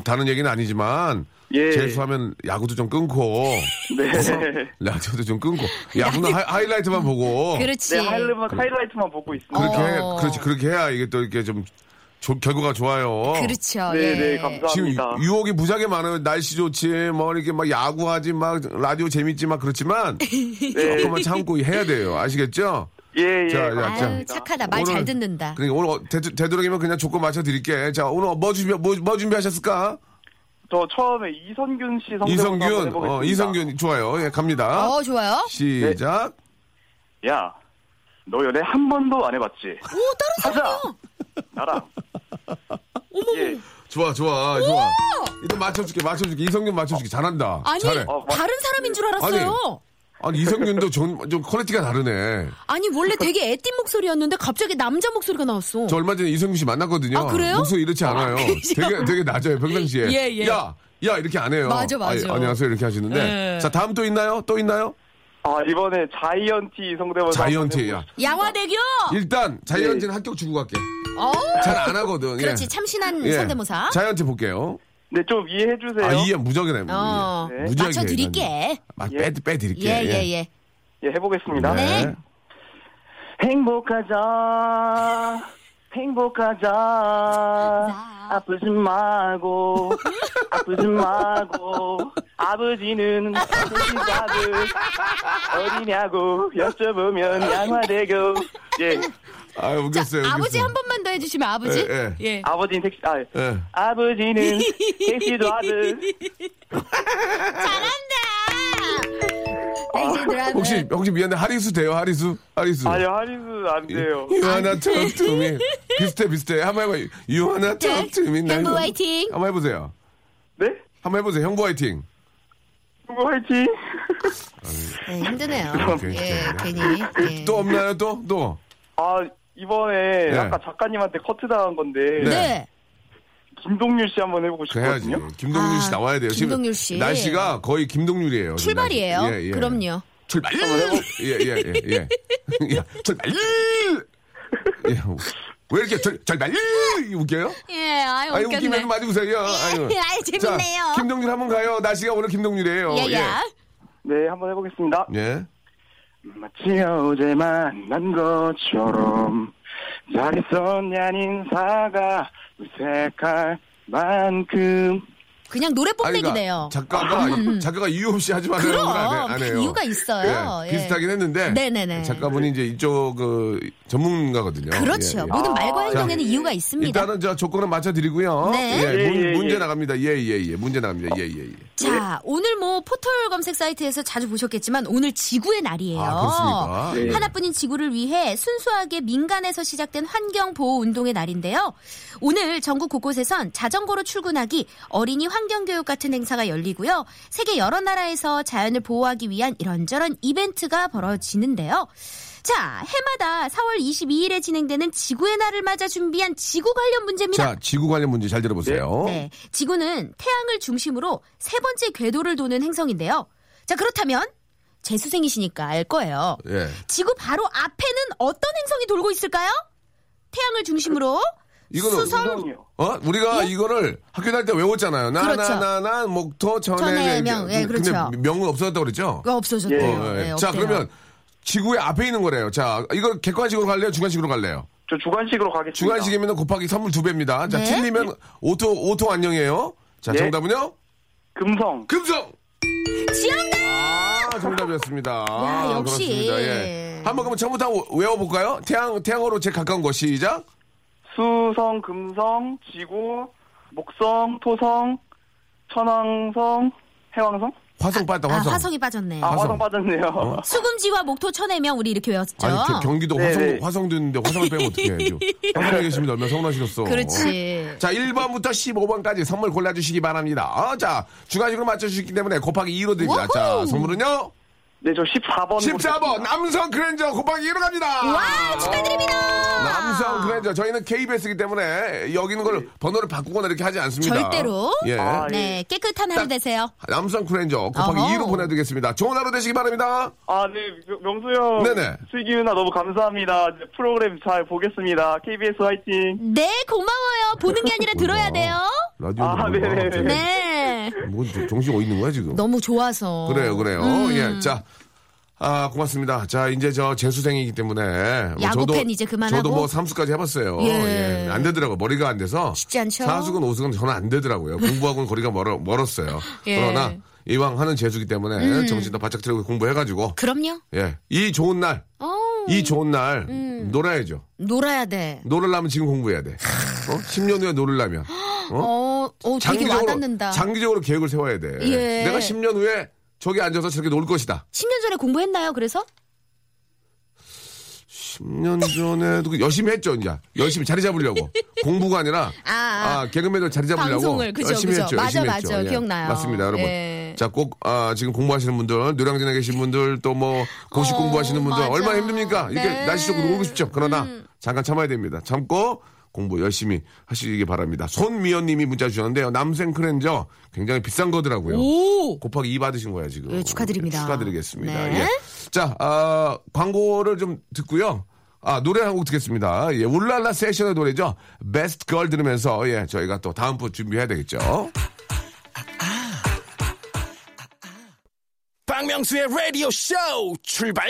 [SPEAKER 1] 다른 얘기는 아니지만
[SPEAKER 5] 예.
[SPEAKER 1] 재수하면 야구도 좀 끊고
[SPEAKER 5] [LAUGHS] 네.
[SPEAKER 1] 라디오도 좀 끊고 야구는 하, 이라이트만 보고
[SPEAKER 4] 그렇지.
[SPEAKER 5] 네, 하이라이트만, 하이라이트만 보고 있습니다.
[SPEAKER 1] 그렇게 해,
[SPEAKER 4] 어.
[SPEAKER 1] 그렇지 그렇게 해야 이게 또 이렇게 좀 조- 결과가 좋아요.
[SPEAKER 4] 그렇죠.
[SPEAKER 5] 네,
[SPEAKER 4] 예.
[SPEAKER 5] 네, 감사합니다.
[SPEAKER 1] 지금 유- 유혹이 무지하게 많아요. 날씨 좋지, 뭐 이렇게 막 야구하지, 막 라디오 재밌지, 막 그렇지만
[SPEAKER 5] 네.
[SPEAKER 1] 조금만 참고 해야 돼요. 아시겠죠?
[SPEAKER 5] 예, 예.
[SPEAKER 1] 자, 야, 자.
[SPEAKER 4] 아유, 착하다. 말 잘
[SPEAKER 1] 오늘-
[SPEAKER 4] 듣는다.
[SPEAKER 1] 그러니까 오늘 어, 되, 되도록이면 그냥 조건 맞춰 드릴게. 자, 오늘 뭐 준비 뭐, 뭐 준비하셨을까?
[SPEAKER 5] 저 처음에 이선균 씨 성대모사 한번
[SPEAKER 1] 이성균,
[SPEAKER 5] 해보겠습니다.
[SPEAKER 1] 어, 이성균 좋아요. 예, 갑니다.
[SPEAKER 4] 어, 좋아요.
[SPEAKER 1] 네. 시작.
[SPEAKER 5] 야, 너 연애 한 번도 안 해봤지? 오, 다른 사람이요. 나랑. 예,
[SPEAKER 1] 좋아, 좋아, 좋아. 일단 맞춰줄게, 맞춰줄게. 이성균 맞춰줄게. 잘한다.
[SPEAKER 4] 아니,
[SPEAKER 1] 잘해.
[SPEAKER 5] 어, 뭐-
[SPEAKER 4] 다른 사람인 줄 알았어요.
[SPEAKER 1] 아니, 이성균도 좀, 좀 퀄리티가 다르네.
[SPEAKER 4] 아니 원래 되게 애띤 목소리였는데 갑자기 남자 목소리가 나왔어.
[SPEAKER 1] 저 얼마 전에 이성균 씨 만났거든요.
[SPEAKER 4] 아, 그래요?
[SPEAKER 1] 목소리 이렇지 않아요.
[SPEAKER 4] 그죠?
[SPEAKER 1] 되게, 되게 낮아요, 평상시에.
[SPEAKER 4] 예, 예.
[SPEAKER 1] 야! 야! 이렇게 안 해요.
[SPEAKER 4] 맞아, 맞아.
[SPEAKER 1] 아, 안녕하세요. 이렇게 하시는데.
[SPEAKER 4] 예.
[SPEAKER 1] 자, 다음 또 있나요? 또 있나요?
[SPEAKER 5] 아 이번에 자이언티 성대모사
[SPEAKER 1] 자이언티. 야.
[SPEAKER 4] 양화대교.
[SPEAKER 1] 일단, 자이언티는 합격 주고 갈게.
[SPEAKER 4] 어.
[SPEAKER 1] 잘 안 하거든. 예.
[SPEAKER 4] 그렇지 참신한
[SPEAKER 1] 예.
[SPEAKER 4] 성대모사.
[SPEAKER 1] 자이언티 볼게요.
[SPEAKER 5] 네 좀 이해해 주세요.
[SPEAKER 1] 아, 이해 무적이네.
[SPEAKER 4] 어.
[SPEAKER 1] 이해. 무적이에요, 이건.
[SPEAKER 4] 맞춰드릴게.
[SPEAKER 1] 아,
[SPEAKER 5] 예.
[SPEAKER 1] 빼, 빼드릴게요.
[SPEAKER 4] 예예 예, 예.
[SPEAKER 5] 예 해보겠습니다.
[SPEAKER 4] 네.
[SPEAKER 5] 행복하자. 행복하자. 아프지 말고. 아프지 말고. 아버지는 아버지 아들 어디냐고 여쭤보면 양화대교. 예.
[SPEAKER 1] 아,
[SPEAKER 4] 자,
[SPEAKER 1] 웃겼어요.
[SPEAKER 4] 아버지
[SPEAKER 1] 웃겼어요.
[SPEAKER 4] 한 번만 더 해주시면 아버지.
[SPEAKER 1] 예,
[SPEAKER 4] 예.
[SPEAKER 5] 아버지는 택시 아
[SPEAKER 1] 예.
[SPEAKER 5] 아버지는 택시도 아들.
[SPEAKER 4] 잘한다. 땡신 드라마.
[SPEAKER 1] 혹시, 혹시 미안해. 하리수 돼요, 하리수? 하리수.
[SPEAKER 5] 아니요 할인은 안 돼요.
[SPEAKER 1] 유하나 턱투미 비슷해 비슷해 한번 해봐 유하나 턱투미
[SPEAKER 4] 형부 네. 화이팅.
[SPEAKER 1] 한번 해보세요
[SPEAKER 5] 네?
[SPEAKER 1] 한번 해보세요 형부 화이팅
[SPEAKER 5] 누구 화이팅?
[SPEAKER 4] 네, 힘드네요.
[SPEAKER 1] 괜히
[SPEAKER 4] 예,
[SPEAKER 1] 힘드네.
[SPEAKER 4] 괜히. 예.
[SPEAKER 1] 또 없나요 또또
[SPEAKER 5] 아 이번에
[SPEAKER 1] 네.
[SPEAKER 5] 아까 작가님한테 커트 당한 건데
[SPEAKER 1] 네.
[SPEAKER 4] 네.
[SPEAKER 5] 김동률 씨 한번 해보고
[SPEAKER 1] 해야지
[SPEAKER 5] 싶거든요.
[SPEAKER 1] 김동률 씨
[SPEAKER 4] 아,
[SPEAKER 1] 나와야 돼요 지금
[SPEAKER 4] 김동률 씨.
[SPEAKER 1] 날씨가 거의 김동률이에요 지금
[SPEAKER 4] 출발이에요.
[SPEAKER 1] 날씨. 예, 예.
[SPEAKER 4] 그럼요.
[SPEAKER 1] 출발 예예예 예, 예. 야, 출발 예. 왜 이렇게 절, 절발 웃겨요?
[SPEAKER 4] 예, 아유,
[SPEAKER 1] 아니
[SPEAKER 4] 웃겼네.
[SPEAKER 1] 웃기면 많이 웃어요 아유.
[SPEAKER 4] 예, [LAUGHS] 아유, 재밌네요.
[SPEAKER 1] 자, 김동률 한번 가요 날씨가 오늘 김동률이에요
[SPEAKER 4] 예, 예.
[SPEAKER 5] 네 한번 해보겠습니다.
[SPEAKER 1] 예.
[SPEAKER 5] 마치 어제 만난 것처럼 잘 있었냐는 인사가 무색할 만큼
[SPEAKER 4] 그냥
[SPEAKER 1] 아,
[SPEAKER 4] 노래
[SPEAKER 1] 그러니까
[SPEAKER 4] 뽐내기네요. 음,
[SPEAKER 1] 작가가 작가가 이유 없이 하지 마라는
[SPEAKER 4] 그럼,
[SPEAKER 1] 건안
[SPEAKER 4] 그
[SPEAKER 1] 해요.
[SPEAKER 4] 이유가 있어요.
[SPEAKER 1] 예,
[SPEAKER 4] 예.
[SPEAKER 1] 비슷하긴 했는데
[SPEAKER 4] 네네네.
[SPEAKER 1] 작가분이 이제 이쪽 그 전문가거든요.
[SPEAKER 4] 그렇죠.
[SPEAKER 1] 예, 예.
[SPEAKER 4] 모든 말과 행동에는
[SPEAKER 5] 자,
[SPEAKER 4] 이유가 있습니다.
[SPEAKER 1] 일단은 저 조건을 맞춰드리고요.
[SPEAKER 4] 네.
[SPEAKER 1] 예,
[SPEAKER 5] 예,
[SPEAKER 1] 문,
[SPEAKER 5] 예, 예.
[SPEAKER 1] 문제 나갑니다. 예예예 문제 나갑니다. 예예 예.
[SPEAKER 4] 자, 오늘 뭐 포털 검색 사이트에서 자주 보셨겠지만 오늘 지구의 날이에요.
[SPEAKER 1] 아, 그렇습니까? 예.
[SPEAKER 4] 하나뿐인 지구를 위해 순수하게 민간에서 시작된 환경 보호 운동의 날인데요. 오늘 전국 곳곳에선 자전거로 출근하기, 어린이 환경 교육 같은 행사가 열리고요. 세계 여러 나라에서 자연을 보호하기 위한 이런저런 이벤트가 벌어지는데요. 자, 해마다 4월 22일에 진행되는 지구의 날을 맞아 준비한 지구 관련 문제입니다.
[SPEAKER 1] 자 지구 관련 문제 잘 들어보세요.
[SPEAKER 4] 네, 지구는 태양을 중심으로 세 번째 궤도를 도는 행성인데요. 자, 그렇다면 재수생이시니까 알 거예요.
[SPEAKER 1] 예.
[SPEAKER 4] 지구 바로 앞에는 어떤 행성이 돌고 있을까요? 태양을 중심으로
[SPEAKER 1] 이거는
[SPEAKER 4] 수성
[SPEAKER 5] 우성이요.
[SPEAKER 1] 어 우리가 이거를 학교 다닐 때 외웠잖아요.
[SPEAKER 4] 예? 그렇죠.
[SPEAKER 1] 나나나나 목토 전에 네,
[SPEAKER 4] 천해명. 예, 그렇죠.
[SPEAKER 1] 근데 명은 없어졌다고 그랬죠.
[SPEAKER 4] 가 없어졌대요.
[SPEAKER 5] 예.
[SPEAKER 1] 어, 예.
[SPEAKER 4] 네,
[SPEAKER 1] 자
[SPEAKER 4] 없대요.
[SPEAKER 1] 그러면 지구의 앞에 있는 거래요. 자 이거 객관식으로 갈래요? 주관식으로 갈래요?
[SPEAKER 5] 저 주관식으로 가겠습니다.
[SPEAKER 1] 주간식이면 곱하기 선물 두 배입니다. 자,
[SPEAKER 4] 네.
[SPEAKER 1] 틀리면 오토, 오토 안녕이에요. 자,
[SPEAKER 5] 네.
[SPEAKER 1] 정답은요?
[SPEAKER 5] 금성.
[SPEAKER 1] 금성!
[SPEAKER 4] 지영아!
[SPEAKER 1] 아, 정답이었습니다. 아,
[SPEAKER 4] 역시.
[SPEAKER 1] 그렇습니다. 예. 한번 그러면 처음부터 한번 외워볼까요? 태양, 태양으로 제일 가까운 거 시작.
[SPEAKER 5] 수성, 금성, 지구, 목성, 토성, 천왕성, 해왕성?
[SPEAKER 1] 화성 빠졌다,
[SPEAKER 4] 아,
[SPEAKER 1] 화성.
[SPEAKER 4] 화성이 빠졌네.
[SPEAKER 5] 아,
[SPEAKER 1] 화성. 어?
[SPEAKER 5] 화성 빠졌네요.
[SPEAKER 4] 수금지와 목토 천해명 우리 이렇게 외웠죠.
[SPEAKER 1] 아니, 겨- 경기도
[SPEAKER 5] 네,
[SPEAKER 1] 화성,
[SPEAKER 5] 네.
[SPEAKER 1] 화성도 있는데 화성을 빼면 어떡해.
[SPEAKER 4] [LAUGHS]
[SPEAKER 1] 이거. 화성에 계십니다. 얼마나 서운하시겠어.
[SPEAKER 4] 그렇지.
[SPEAKER 1] 자, 1번부터 15번까지 선물 골라주시기 바랍니다. 아, 자, 주간식으로 맞춰주시기 때문에 곱하기 2로 드립니다. 자,
[SPEAKER 4] 워호!
[SPEAKER 1] 선물은요?
[SPEAKER 5] 네, 저 14번.
[SPEAKER 1] 14번 남성 그랜저 곱하기 1로 갑니다.
[SPEAKER 4] 와, 축하드립니다!
[SPEAKER 1] 남성 그랜저 저희는 KBS이기 때문에 여기 있는 걸 번호를 바꾸거나 이렇게 하지 않습니다.
[SPEAKER 4] 네. 절대로.
[SPEAKER 1] 예.
[SPEAKER 5] 아, 예.
[SPEAKER 4] 네, 깨끗한 하루 되세요.
[SPEAKER 1] 남성 크렌저 곱하기
[SPEAKER 4] 어허.
[SPEAKER 1] 2로 보내드리겠습니다. 좋은 하루 되시기 바랍니다.
[SPEAKER 5] 아, 네, 명- 명수 형.
[SPEAKER 1] 네네.
[SPEAKER 5] 수익이 누나 너무 감사합니다. 이제 프로그램 잘 보겠습니다. KBS 화이팅.
[SPEAKER 4] 네, 고마워요. 보는 게 아니라 들어야 돼요.
[SPEAKER 1] 라디오
[SPEAKER 5] 아, 네네네.
[SPEAKER 4] 네.
[SPEAKER 1] 뭐 정신 어디 있는 거야 지금?
[SPEAKER 4] 너무 좋아서.
[SPEAKER 1] 그래요, 그래요.
[SPEAKER 4] 음.
[SPEAKER 1] 예, 자. 아, 고맙습니다. 자, 이제 저 재수생이기 때문에. 뭐
[SPEAKER 4] 야구
[SPEAKER 1] 저도-
[SPEAKER 4] 팬 이제 그만하고.
[SPEAKER 1] 저도 뭐 삼수까지 해봤어요.
[SPEAKER 4] 예.
[SPEAKER 1] 예, 안 되더라고요. 머리가 안 돼서.
[SPEAKER 4] 쉽지 않죠?
[SPEAKER 1] 사수건 오수건 저는 안 되더라고요. 공부하고는 거리가 멀어, 멀었어요.
[SPEAKER 4] 예. 음.
[SPEAKER 1] 그러나 이왕 하는 재수기 때문에 정신 다 바짝 차리고 공부해가지고.
[SPEAKER 4] 그럼요.
[SPEAKER 1] 예. 이 좋은 날,
[SPEAKER 4] 어,
[SPEAKER 1] 이 좋은 날,
[SPEAKER 4] 음.
[SPEAKER 1] 놀아야죠.
[SPEAKER 4] 놀아야 돼.
[SPEAKER 1] 놀으려면 지금 공부해야 돼. 어? 10년 후에 놀으려면. 어?
[SPEAKER 4] 어, 어 되게 와닿는다.
[SPEAKER 1] 장기적으로 계획을 세워야 돼.
[SPEAKER 4] 예.
[SPEAKER 1] 내가 10년 후에 저기 앉아서 저렇게 놀 것이다.
[SPEAKER 4] 10년 전에 공부했나요? 그래서?
[SPEAKER 1] 10년 전에도 그 열심히 했죠, 이제. 열심히 자리 잡으려고. 공부가 아니라
[SPEAKER 4] [LAUGHS] 아, 아.
[SPEAKER 1] 개그맨들 자리 잡으려고
[SPEAKER 4] 방송을 그죠
[SPEAKER 1] 열심히
[SPEAKER 4] 그죠
[SPEAKER 1] 했죠.
[SPEAKER 4] 맞아
[SPEAKER 1] 열심히
[SPEAKER 4] 맞아
[SPEAKER 1] 했죠. 예.
[SPEAKER 4] 기억나요.
[SPEAKER 1] 맞습니다, 여러분.
[SPEAKER 4] 예. 네.
[SPEAKER 1] 자, 꼭, 아, 지금 공부하시는 분들, 노량진에 계신 분들, 또 뭐, 고시
[SPEAKER 4] 어,
[SPEAKER 1] 공부하시는 분들,
[SPEAKER 4] 맞아.
[SPEAKER 1] 얼마나 힘듭니까? 이렇게
[SPEAKER 4] 네. 음.
[SPEAKER 1] 날씨 좋고 놀고 싶죠. 그러나, 잠깐 참아야 됩니다. 참고, 공부 열심히 하시기 바랍니다. 손미연 님이 문자 주셨는데요. 남생 클렌저 굉장히 비싼 거더라고요.
[SPEAKER 4] 오.
[SPEAKER 1] 곱하기 2 받으신 거예요, 지금.
[SPEAKER 4] 예, 축하드립니다.
[SPEAKER 1] 축하드리겠습니다.
[SPEAKER 4] 네.
[SPEAKER 1] 예. 자, 아, 광고를 좀 듣고요. 아, 노래 한 곡 듣겠습니다. 예, 울랄라 세션의 노래죠. 베스트 걸 들으면서, 예, 저희가 또 다음 부 준비해야 되겠죠.
[SPEAKER 3] 박명수의 라디오 쇼 출발!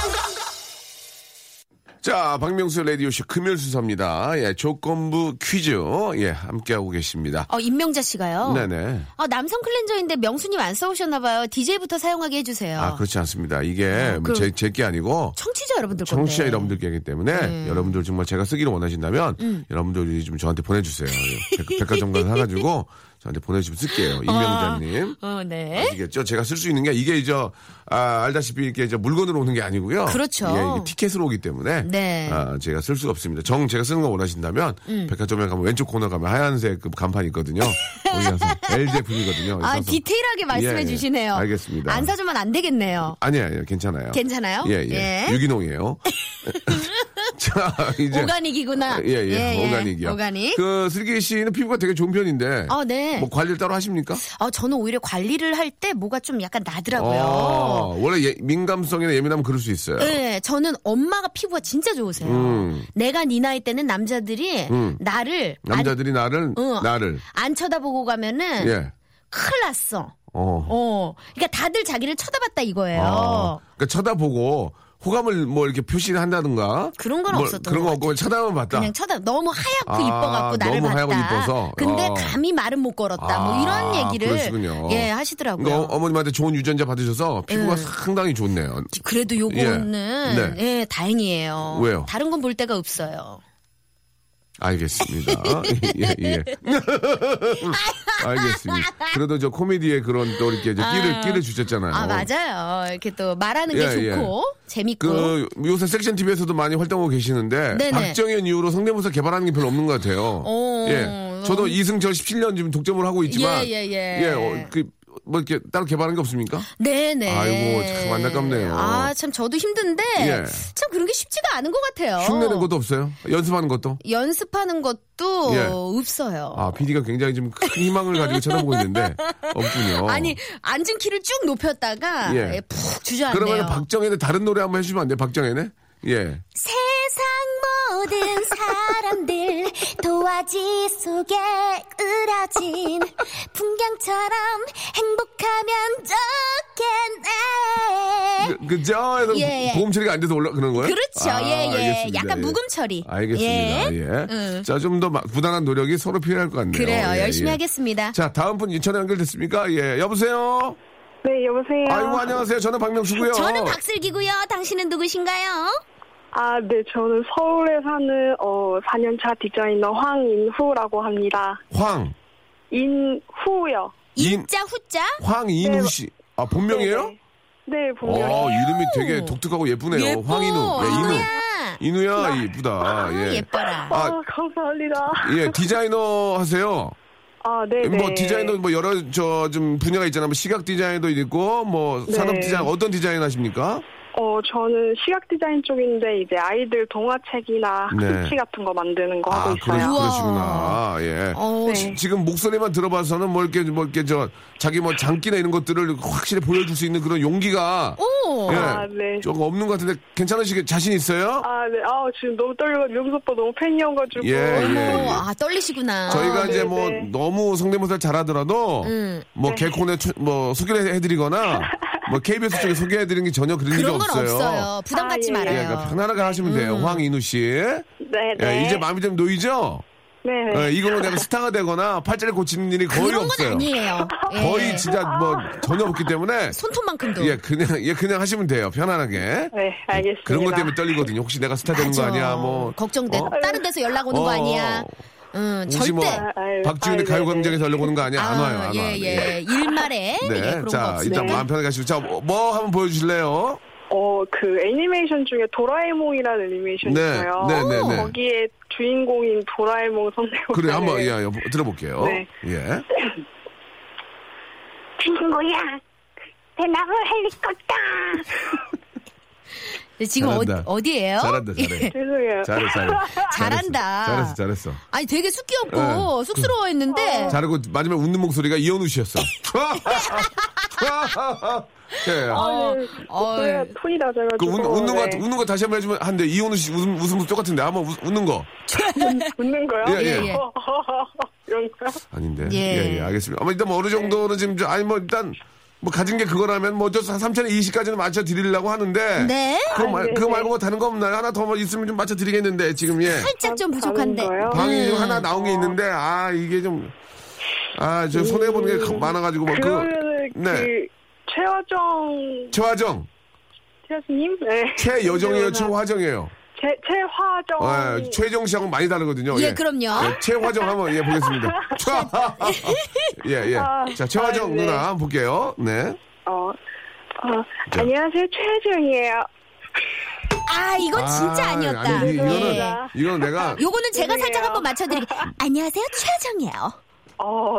[SPEAKER 1] 자, 박명수 라디오쇼 금요일 순서입니다. 예, 조건부 퀴즈, 예, 함께하고 계십니다.
[SPEAKER 4] 어, 임명자 씨가요.
[SPEAKER 1] 네네.
[SPEAKER 4] 어, 남성 클렌저인데 명수님 안 써오셨나봐요. DJ부터 사용하게 해주세요.
[SPEAKER 1] 아, 그렇지 않습니다. 이게 뭐
[SPEAKER 4] 그럼- 네.
[SPEAKER 1] 제, 제게 아니고
[SPEAKER 4] 청취자 여러분들 건데.
[SPEAKER 1] 청취자 여러분들께 하기 때문에
[SPEAKER 4] 네.
[SPEAKER 1] 여러분들 정말 제가 쓰기를 원하신다면
[SPEAKER 4] 음.
[SPEAKER 1] 여러분들이 좀 저한테 보내주세요. 예, 백- 백화점 가서 사가지고 저한테 보내주시면 쓸게요. 임명자님.
[SPEAKER 4] 어, 아. 네.
[SPEAKER 1] 아시겠죠? 제가 쓸 수 있는 게 이게 이제 아, 알다시피 이렇게 이제 물건으로 오는 게 아니고요.
[SPEAKER 4] 그렇죠.
[SPEAKER 1] 예, 이게 티켓으로 오기 때문에
[SPEAKER 4] 네.
[SPEAKER 1] 아, 제가 쓸 수가 없습니다. 정 제가 쓰는 거 원하신다면
[SPEAKER 4] 음.
[SPEAKER 1] 백화점에 가면 왼쪽 코너 가면 하얀색 그 간판 이
[SPEAKER 4] [LAUGHS]
[SPEAKER 1] 있거든요. 거기 가서 L 제품이거든요.
[SPEAKER 4] 아,
[SPEAKER 1] 그래서-
[SPEAKER 4] 디테일하게 말씀해
[SPEAKER 1] 예, 예.
[SPEAKER 4] 주시네요.
[SPEAKER 1] 알겠습니다.
[SPEAKER 4] 안 사주면 안 되겠네요.
[SPEAKER 1] 아니에요, 괜찮아요.
[SPEAKER 4] 괜찮아요?
[SPEAKER 1] 예, 예.
[SPEAKER 4] 예. [LAUGHS]
[SPEAKER 1] 유기농이에요. 자, 이제.
[SPEAKER 4] 오가닉이구나.
[SPEAKER 1] 예, 예, 오가닉이요.
[SPEAKER 4] 오가닉.
[SPEAKER 1] 그, 슬기 씨는 피부가 되게 좋은 편인데.
[SPEAKER 4] 어, 네.
[SPEAKER 1] 뭐 관리를 따로 하십니까?
[SPEAKER 4] 어, 저는 오히려 관리를 할 때 뭐가 좀 약간
[SPEAKER 1] 어,
[SPEAKER 4] 나더라고요.
[SPEAKER 1] 원래 예- 민감성이나 예민하면 그럴 수 있어요.
[SPEAKER 4] 네, 저는 엄마가 피부가 진짜 좋으세요. 내가 네 나이 때는 남자들이 나를
[SPEAKER 1] 음. 남자들이 나를,
[SPEAKER 4] 응.
[SPEAKER 1] 나를.
[SPEAKER 4] 안, 안 쳐다보고 가면은
[SPEAKER 1] 예.
[SPEAKER 4] 큰일 났어.
[SPEAKER 1] 어.
[SPEAKER 4] 어, 그러니까 다들 자기를 쳐다봤다 이거예요.
[SPEAKER 1] 아, 그러니까 쳐다보고 호감을 뭐 이렇게 표시한다든가.
[SPEAKER 4] 그런 건 없었던
[SPEAKER 1] 뭐, 그런
[SPEAKER 4] 것
[SPEAKER 1] 거 없고 쳐다만 봤다.
[SPEAKER 4] 그냥 쳐다 너무 하얗고
[SPEAKER 1] 아,
[SPEAKER 4] 이뻐갖고 나를
[SPEAKER 1] 너무
[SPEAKER 4] 봤다.
[SPEAKER 1] 하얗고 이뻐서?
[SPEAKER 4] 근데
[SPEAKER 1] 어.
[SPEAKER 4] 감히 말은 못 걸었다. 뭐 이런
[SPEAKER 1] 아,
[SPEAKER 4] 얘기를
[SPEAKER 1] 그러시군요.
[SPEAKER 4] 예
[SPEAKER 1] 그러니까
[SPEAKER 4] 하시더라고요. 네.
[SPEAKER 1] 어- 어머님한테 좋은 유전자 받으셔서 피부가 상당히 좋네요.
[SPEAKER 4] 그래도 요거는
[SPEAKER 1] 예.
[SPEAKER 4] 예, 다행이에요.
[SPEAKER 1] 왜요?
[SPEAKER 4] 다른 건 볼 데가 없어요.
[SPEAKER 1] 알겠습니다. [LAUGHS] 예, 예. 알겠습니다. 그래도 저 코미디의 그런 또 이렇게 이제 끼를, 끼를 주셨잖아요.
[SPEAKER 4] 아 맞아요. 이렇게 또 말하는 게
[SPEAKER 1] 어. 예,
[SPEAKER 4] 좋고 재밌고
[SPEAKER 1] 그 요새 섹션 TV에서도 많이 활동하고 계시는데
[SPEAKER 4] 네네.
[SPEAKER 1] 박정현 이후로 성대모사 개발하는 게 별로 없는 것 같아요.
[SPEAKER 4] 오.
[SPEAKER 1] 예, 저도 이승철 17년 지금 독점을 하고 있지만
[SPEAKER 4] 어. 예, 예, 예.
[SPEAKER 1] 어, 그, 뭐 이렇게 따로 개발한 게 없습니까?
[SPEAKER 4] 네네.
[SPEAKER 1] 아이고, 참 안타깝네요.
[SPEAKER 4] 아, 참 저도 힘든데
[SPEAKER 1] 예.
[SPEAKER 4] 참 그런 게 쉽지가 않은 것 같아요.
[SPEAKER 1] 흉내는 것도 없어요. 연습하는 것도.
[SPEAKER 4] 연습하는 것도
[SPEAKER 1] 예.
[SPEAKER 4] 없어요.
[SPEAKER 1] 아, PD가 굉장히 좀 큰 희망을 가지고 쳐다보고 있는데 없군요.
[SPEAKER 4] 아니 앉은 키를 쭉 높였다가
[SPEAKER 1] 어. 예.
[SPEAKER 4] 예, 푹 주저앉네요.
[SPEAKER 1] 그러면 박정현의 다른 노래 한번 해주시면 안 돼요? 박정현의? 예.
[SPEAKER 6] 세상 모든 사람들 도화지 속에 으라진 풍경처럼 행복하면 좋겠네.
[SPEAKER 1] 그- 그죠? 해서
[SPEAKER 4] 예, 예.
[SPEAKER 1] 보험 처리가 안 돼서 올라 그런 거예요?
[SPEAKER 4] 그렇죠.
[SPEAKER 1] 아,
[SPEAKER 4] 예, 예.
[SPEAKER 1] 알겠습니다.
[SPEAKER 4] 약간
[SPEAKER 1] 예.
[SPEAKER 4] 묵음 처리.
[SPEAKER 1] 알겠습니다.
[SPEAKER 4] 예.
[SPEAKER 1] 예.
[SPEAKER 4] 응.
[SPEAKER 1] 자, 좀 더 부단한 노력이 서로 필요할 것 같네요.
[SPEAKER 4] 그래요.
[SPEAKER 1] 예,
[SPEAKER 4] 열심히
[SPEAKER 1] 예.
[SPEAKER 4] 하겠습니다.
[SPEAKER 1] 자, 다음 분 인천에 연결됐습니까? 예. 여보세요?
[SPEAKER 7] 네, 여보세요.
[SPEAKER 1] 아이고, 안녕하세요. 저는 박명수고요
[SPEAKER 4] 저는 박슬기고요. 당신은 누구신가요?
[SPEAKER 7] 아, 네, 저는 서울에 사는 어 4년차 디자이너 황인후라고 합니다.
[SPEAKER 1] 황.
[SPEAKER 7] 인후요.
[SPEAKER 1] 인.
[SPEAKER 4] 인자 후자?
[SPEAKER 1] 황인우 씨. 아, 본명이에요?
[SPEAKER 7] 네, 네
[SPEAKER 1] 어,
[SPEAKER 7] 분명히.
[SPEAKER 1] 이름이 되게 독특하고 예쁘네요.
[SPEAKER 4] 예뻐.
[SPEAKER 1] 황인우. 예,
[SPEAKER 4] 인우야.
[SPEAKER 1] 인우. 인우야, 이쁘다. 예.
[SPEAKER 4] 예뻐라.
[SPEAKER 7] 아,
[SPEAKER 1] 아,
[SPEAKER 7] 감사합니다.
[SPEAKER 1] 예, 디자이너 하세요.
[SPEAKER 7] 아, 네, 네.
[SPEAKER 1] 뭐 디자인도 뭐 여러 저 좀 분야가 있잖아요. 뭐 시각 디자인도 있고 뭐
[SPEAKER 7] 네.
[SPEAKER 1] 산업 디자인 어떤 디자인 하십니까?
[SPEAKER 7] 어, 저는 시각 디자인 쪽인데 이제 아이들 동화책이나
[SPEAKER 1] 네.
[SPEAKER 7] 글씨 같은 거 만드는 거 하고
[SPEAKER 1] 아 그러,
[SPEAKER 7] 있어요.
[SPEAKER 4] 우와.
[SPEAKER 1] 그러시구나. 예.
[SPEAKER 4] 어,
[SPEAKER 7] 네.
[SPEAKER 1] 지- 지금 목소리만 들어봐서는 뭐 이렇게 뭐 이렇게 저 자기 뭐 장기나 이런 것들을 확실히 보여줄 수 있는 그런 용기가
[SPEAKER 4] 오.
[SPEAKER 1] 예,
[SPEAKER 7] 아, 네.
[SPEAKER 1] 조금 없는 것 같은데 괜찮으시게 자신 있어요?
[SPEAKER 7] 아, 네. 아, 지금 너무 떨려. 명수 오빠 너무 팬이어가지고.
[SPEAKER 1] 예,
[SPEAKER 4] 어머,
[SPEAKER 1] 예.
[SPEAKER 4] 아 떨리시구나.
[SPEAKER 1] 저희가
[SPEAKER 7] 아,
[SPEAKER 1] 이제
[SPEAKER 7] 네,
[SPEAKER 1] 뭐
[SPEAKER 7] 네.
[SPEAKER 1] 너무 성대모사를 잘하더라도
[SPEAKER 4] 음.
[SPEAKER 1] 뭐 개콘에 추- 뭐 소개를 해드리거나 뭐 KBS 쪽에 소개해드리는 게 전혀 그런,
[SPEAKER 4] 그런
[SPEAKER 1] 일이
[SPEAKER 4] 건 없어요. 부담
[SPEAKER 7] 아,
[SPEAKER 4] 갖지
[SPEAKER 7] 예.
[SPEAKER 1] 예,
[SPEAKER 4] 말아요. 음.
[SPEAKER 1] 그러니까 편안하게 하시면 돼요. 황인우 씨.
[SPEAKER 7] 네,
[SPEAKER 1] 예,
[SPEAKER 7] 네.
[SPEAKER 1] 이제 마음이 좀 놓이죠?
[SPEAKER 7] 네.
[SPEAKER 1] 예, 이걸로 내가 스타가 되거나 팔자를 고치는 일이 거의
[SPEAKER 4] 그런
[SPEAKER 1] 없어요. [LAUGHS]
[SPEAKER 4] 건 아니에요. 예.
[SPEAKER 1] 거의 진짜 뭐 전혀 없기 때문에
[SPEAKER 4] 손톱만큼도.
[SPEAKER 1] 예, 그냥 예, 그냥 하시면 돼요. 편안하게.
[SPEAKER 7] 네, 알겠습니다.
[SPEAKER 1] 그런 것 때문에 떨리거든요. 혹시 내가 스타 되는 거
[SPEAKER 4] 맞아.
[SPEAKER 1] 아니야? 뭐
[SPEAKER 4] 걱정돼.
[SPEAKER 1] 어?
[SPEAKER 4] 다른 데서 연락 오는
[SPEAKER 1] 어,
[SPEAKER 4] 거 아니야. 음, 절대.
[SPEAKER 1] 혹시 뭐
[SPEAKER 7] 아유,
[SPEAKER 1] 박지훈의
[SPEAKER 7] 아유,
[SPEAKER 1] 가요광장에서 연락오는 거 아니야? 안 와요, 안 와.
[SPEAKER 4] 네, 예, 예. 일말에
[SPEAKER 1] [LAUGHS]
[SPEAKER 4] 예,
[SPEAKER 1] 네,
[SPEAKER 4] 그런 거
[SPEAKER 1] 자
[SPEAKER 4] 없으니까.
[SPEAKER 1] 일단 마음 편하게 하시고 자 뭐 한번 보여주실래요?
[SPEAKER 7] 어, 그 애니메이션 중에 도라에몽이라는 애니메이션이
[SPEAKER 1] 네,
[SPEAKER 7] 있어요.
[SPEAKER 1] 네, 네, 네.
[SPEAKER 7] 거기에 주인공인 도라에몽 선배가
[SPEAKER 1] 그래 한번
[SPEAKER 4] 네.
[SPEAKER 1] 예, 예, 들어볼게요.
[SPEAKER 7] 네.
[SPEAKER 1] 예.
[SPEAKER 6] 친구야, 대나무 헬리콥터.
[SPEAKER 4] 근데 지금 어,
[SPEAKER 1] 잘한다.
[SPEAKER 4] 어디예요?
[SPEAKER 1] 잘한다, 잘해.
[SPEAKER 7] [LAUGHS] 죄송해요.
[SPEAKER 1] 잘해, 잘해.
[SPEAKER 4] 어? 잘한다.
[SPEAKER 1] 잘했어, 잘했어.
[SPEAKER 4] [LAUGHS] 아니 되게 쑥기없고
[SPEAKER 1] 예.
[SPEAKER 4] 쑥스러워했는데
[SPEAKER 1] 잘하고 마지막 웃는 목소리가 이현우 씨였어. 예.
[SPEAKER 7] 아,
[SPEAKER 4] 어, 어,
[SPEAKER 7] 목소리가 톤이 낮아가지고.
[SPEAKER 1] 그 웃, 웃는 거
[SPEAKER 7] 네.
[SPEAKER 1] 웃는 거 다시 한번 해주면 한데 이현우 씨 웃음 웃음 도 똑같은데 한번 웃, 웃는 거
[SPEAKER 7] 웃는 거요? 어,
[SPEAKER 1] 예,
[SPEAKER 4] 예, 예.
[SPEAKER 7] 이런 거요?
[SPEAKER 1] 아닌데.
[SPEAKER 4] 예.
[SPEAKER 1] 예, 예, 알겠습니다. 아마 일단 뭐 어느 정도는 지금 저- 아니 뭐 일단 뭐 가진 게 그거라면 뭐 어쩔 수 없이 3천에 20까지는 맞춰 드리려고 하는데.
[SPEAKER 4] 네.
[SPEAKER 1] 그거, 말, 그거 말고 뭐 다른 거 없나요? 하나 더 뭐 있으면 좀 맞춰 드리겠는데 지금 예.
[SPEAKER 4] 살짝 좀 부족한데.
[SPEAKER 7] 아,
[SPEAKER 4] 음.
[SPEAKER 7] 거요?
[SPEAKER 1] 방이 좀 하나 나온 게 있는데 아 이게 좀. 아, 저 손해 보는 게 많아가지고 뭐
[SPEAKER 7] 그러면은
[SPEAKER 1] 그, 네,
[SPEAKER 7] 그 최화정
[SPEAKER 1] 최화정,
[SPEAKER 7] 최화정님? 네. [LAUGHS]
[SPEAKER 1] 최여정이에요, 최화정이에요.
[SPEAKER 7] 최 최화정.
[SPEAKER 1] 예, 최정 씨하고 많이 다르거든요.
[SPEAKER 4] 아, 예, 그럼요.
[SPEAKER 1] 예, 최화정 한번 예
[SPEAKER 4] [LAUGHS]
[SPEAKER 1] 보겠습니다. 예, 예. 자,
[SPEAKER 7] 아,
[SPEAKER 1] 최화정
[SPEAKER 7] 네.
[SPEAKER 1] 누나 한번 볼게요. 네.
[SPEAKER 7] 어. 어, 안녕하세요 최혜정이에요.
[SPEAKER 4] 아 이건 진짜 아니었다.
[SPEAKER 1] 아니, 이- 이거는
[SPEAKER 4] 예.
[SPEAKER 1] 이건 내가
[SPEAKER 4] 요거는 제가 살짝
[SPEAKER 7] 죄송해요.
[SPEAKER 4] 한번 맞춰드릴게요. 안녕하세요 최정이에요.
[SPEAKER 7] 어,